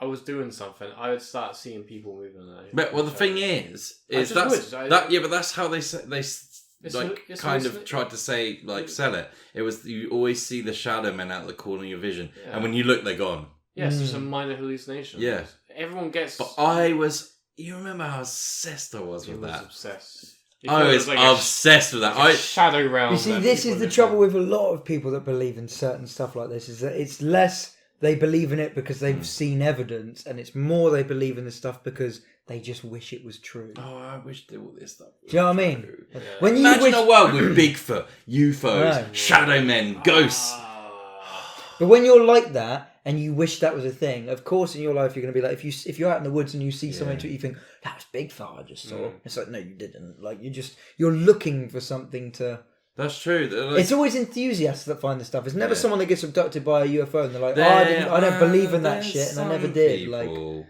I was doing something, I would start seeing people moving. in But well, the thing shadow. is, I is just that's would, I- that yeah, but that's how they s- they s- It's like a- it's a kind of hallucin- tried to say like sell it. It was you always see the shadow men out of the corner of your vision, Yeah. and when you look, they're gone. yeah, it's just a Mm. minor hallucination. Yeah. everyone gets. But I was, you remember how obsessed I was he with was that. obsessed. I was obsessed with that. I, I shadow realm. You see, that this people is the live trouble in. with a lot of people that believe in certain stuff like this. Is that it's less they believe in it because they've Hmm. seen evidence, and it's more they believe in this stuff because they just wish it was true. oh, I wish they all this stuff. Do you know what I mean? When you Imagine wish, a world with Bigfoot, UFOs, Right. shadow men, ghosts. Ah. but when you're like that and you wish that was a thing, of course in your life you're going to be like if you if you're out in the woods and you see something to it, you think that was big far I just saw. Hmm. It's like no, you didn't. Like you just you're looking for something to. That's true. They're like- It's always enthusiasts that find this stuff. It's never Yeah. someone that gets abducted by a UFO and they're like, oh, I, There didn't, I don't are- believe in that there's shit and I never some did. Like people.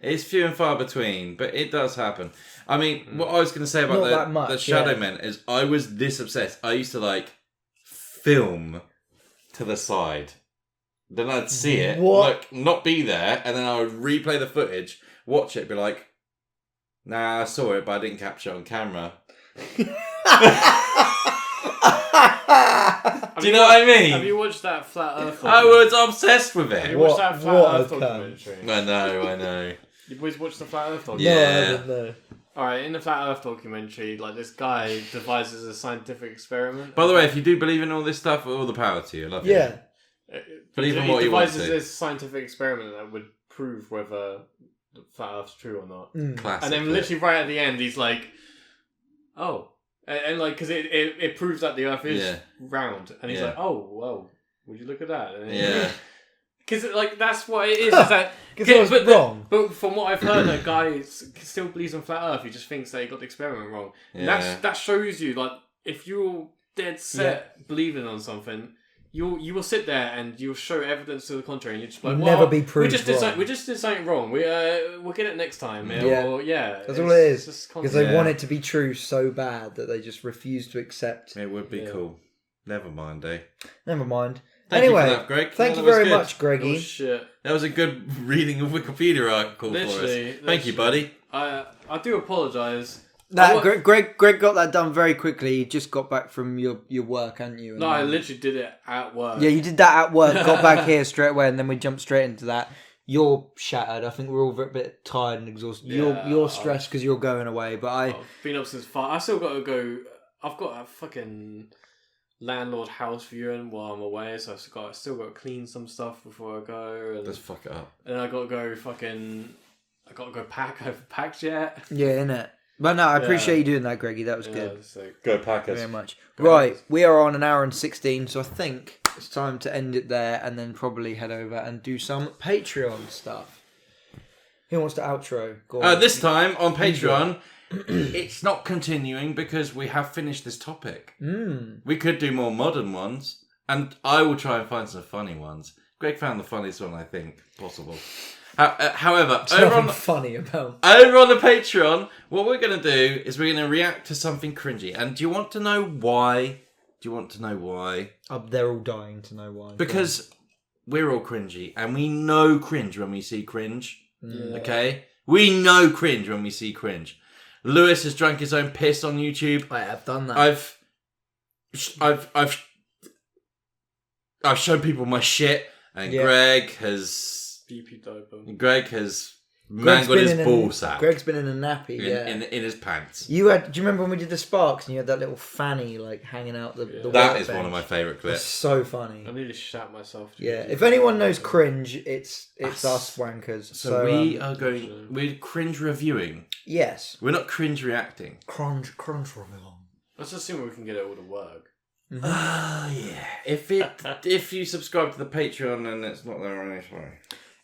it's few and far between, but it does happen. I mean, what I was going to say about Hmm. Not the, that much, the Shadow yeah. Men is I was this obsessed. I used to like film to the side, then I'd see it, What? like not be there, and then I would replay the footage, watch it, be like, "Nah, I saw it, but I didn't capture it on camera." Do you know what I Have mean? you watched that Flat Earth? I was obsessed with Have you it. What- watched that Flat what Earth a cunt. documentary? I know, I know. You boys watched the Flat Earth documentary? Yeah. No, I don't know. All right, in the Flat Earth documentary, like this guy devises a scientific experiment. By the way, if you do believe in all this stuff, all the power to you. I love you. Yeah. Uh, believe he, in what he you want devises to. this scientific experiment that would prove whether the Flat Earth's true or not. Mm. Classic. and then bit. literally right at the end, he's like, "Oh," and, and like because it, it it proves that the Earth is Yeah. round, and he's Yeah. like, "Oh, whoa, would you look at that?" And Yeah. Because like that's what it is. is that, 'Cause I was but the- wrong. but from what I've heard, that guy s- still believes in flat Earth. He just thinks that he got the experiment wrong. And Yeah. That's that shows you like if you're dead set believing on something, you'll you will sit there and you'll show evidence to the contrary, and you're just like, You'll well, never be we proved just did wrong." something, we just did something wrong. We uh, we'll get it next time. Yeah, Yeah. Or, yeah That's all it is. just Because constant- they want Yeah. it to be true so bad that they just refuse to accept. It would be Yeah. cool. Never mind, eh? Never mind. Thank anyway, you for that, Greg. thank Yeah, you that was very good. much, Oh, Greggy. shit. That was a good reading of Wikipedia article for us. Literally, Thank you, literally. buddy. I I do apologize. That what- Greg, Greg, Greg got that done very quickly. You just got back from your, your work, hadn't you? And No, I then- literally did it at work. Yeah, you did that at work, got back here straight away, and then we jumped straight into that. You're shattered. I think we're all a bit tired and exhausted. you're Yeah, Oh. you're I- stressed because you're going away, but I I've been up since five. I still got to go. I've got a fucking landlord house viewing while I'm away, so I've still got still got to clean some stuff before I go, and Let's fuck it up. and I got to go fucking. I got to go pack. I haven't packed yet. yeah, in it. But no, I appreciate Yeah. you doing that, Greggy. That was Yeah, good. it's like- Go Thank you Packers. very much. Go on. Right, we are on an hour and sixteen, so I think it's time to end it there, and then probably head over and do some Patreon stuff. Who wants to outro? Go on. Uh, this time on Patreon, it's not continuing because we have finished this topic. Mm. We could do more modern ones, and I will try and find some funny ones. Greg found the funniest one I think possible. How, uh, however, over on, Nothing funny about. Over on the Patreon, what we're going to do is we're going to react to something cringy. And do you want to know why? Do you want to know why? Uh, they're all dying to know why. Because we're all cringy and we know cringe when we see cringe. Okay? We know cringe when we see cringe. Lewis has drunk his own piss on YouTube. I have done that. I've. I've. I've. I've shown people my shit. And Yeah. Greg has. BP diaper. Greg has Greg's mangled been his in a- ball sack Greg's been in a nappy. in, yeah. in, in his pants. You had. Do you remember when we did the sparks and you had that little fanny like hanging out the? the That workbench? is one of my Um, favourite It's clips. so funny. I nearly shat myself. Yeah. If anyone knows cringe, it's it's us wankers. So, So, we um, are going. We're cringe reviewing. yes. We're not cringe reacting. Crunch, crunch from along. Let's assume we can get it all to work. Ah, yeah. If it, if you subscribe to the Patreon and it's not there on sorry.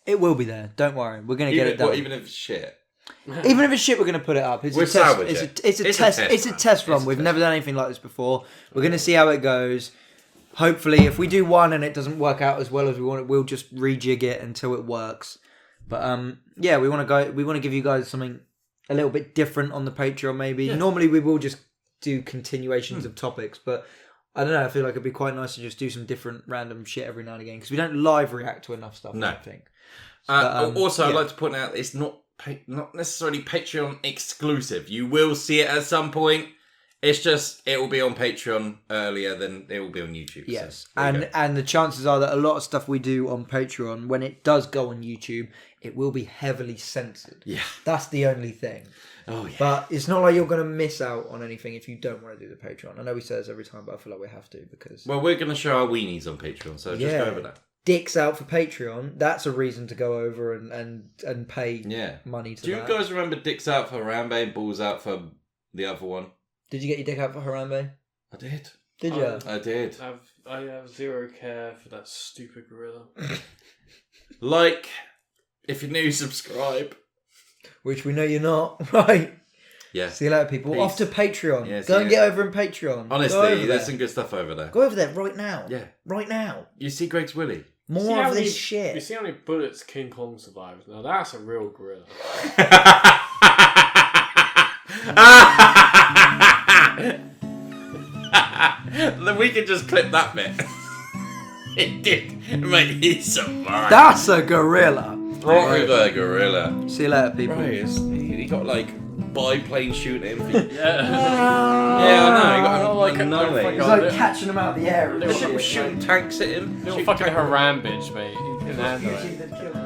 It will be there. Don't worry. We're gonna Even, get it if- done. well, even if it's shit. Even if it's shit, we're going to put it up. It's We'll a test. salvage It's it. a, it's a test. It's a test run. It's a We've test never done anything like this before. We're going to see how it goes. hopefully, if we do one and it doesn't work out as well as we want, it we'll just rejig it until it works. But um, yeah, we want to go. We want to give you guys something a little bit different on the Patreon. Maybe normally we will just do continuations of topics, but I don't know. I feel like it'd be quite nice to just do some different random shit every now and again because we don't live react to enough stuff. I No. don't think. Uh, um, also, I'd yeah. like to point out it's not pa- not necessarily Patreon exclusive. You will see it at some point. It's just it will be on Patreon earlier than it will be on YouTube. so Yes, there you and go. and the chances are that a lot of stuff we do on Patreon, when it does go on YouTube, it will be heavily censored. yeah, That's the only thing. oh yeah, But it's not like you're going to miss out on anything if you don't want to do the Patreon. I know we say this every time, but I feel like we have to because Well, we're gonna show our weenies on Patreon, so just Yeah. go over that. dicks out for Patreon. That's a reason to go over and and and pay Yeah. money to Do you that. guys remember dicks out for Harambe and balls out for the other one? Did you get your dick out for Harambe? I did. Did you? Oh, I did. I have, I have zero care for that stupid gorilla. Like, if you're new, subscribe. Which we know you're not, right? Yeah. See you later, people. Peace. Off to Patreon. Yeah, see go and you. get over in Patreon. Go over Honestly, there. there's some good stuff over there. Go over there right now. Yeah. Right now. You see Greg's Willy. More See how of many- this shit. You see how many bullets King Kong survives? Now that's a real gorilla. then we could just clip that bit. it did. Mate, he survived. That's a gorilla. Right there, gorilla. See you later, people. Right, it's- he got like biplane shooting. Yeah. yeah, I know. He got Oh, I a- can't- another. I It's can't- like catching them out of the air. and Little- shit. shooting tanks at him. Little Shooting fucking tank- Haram bitch, mate. You can handle it. Usually they'd kill them.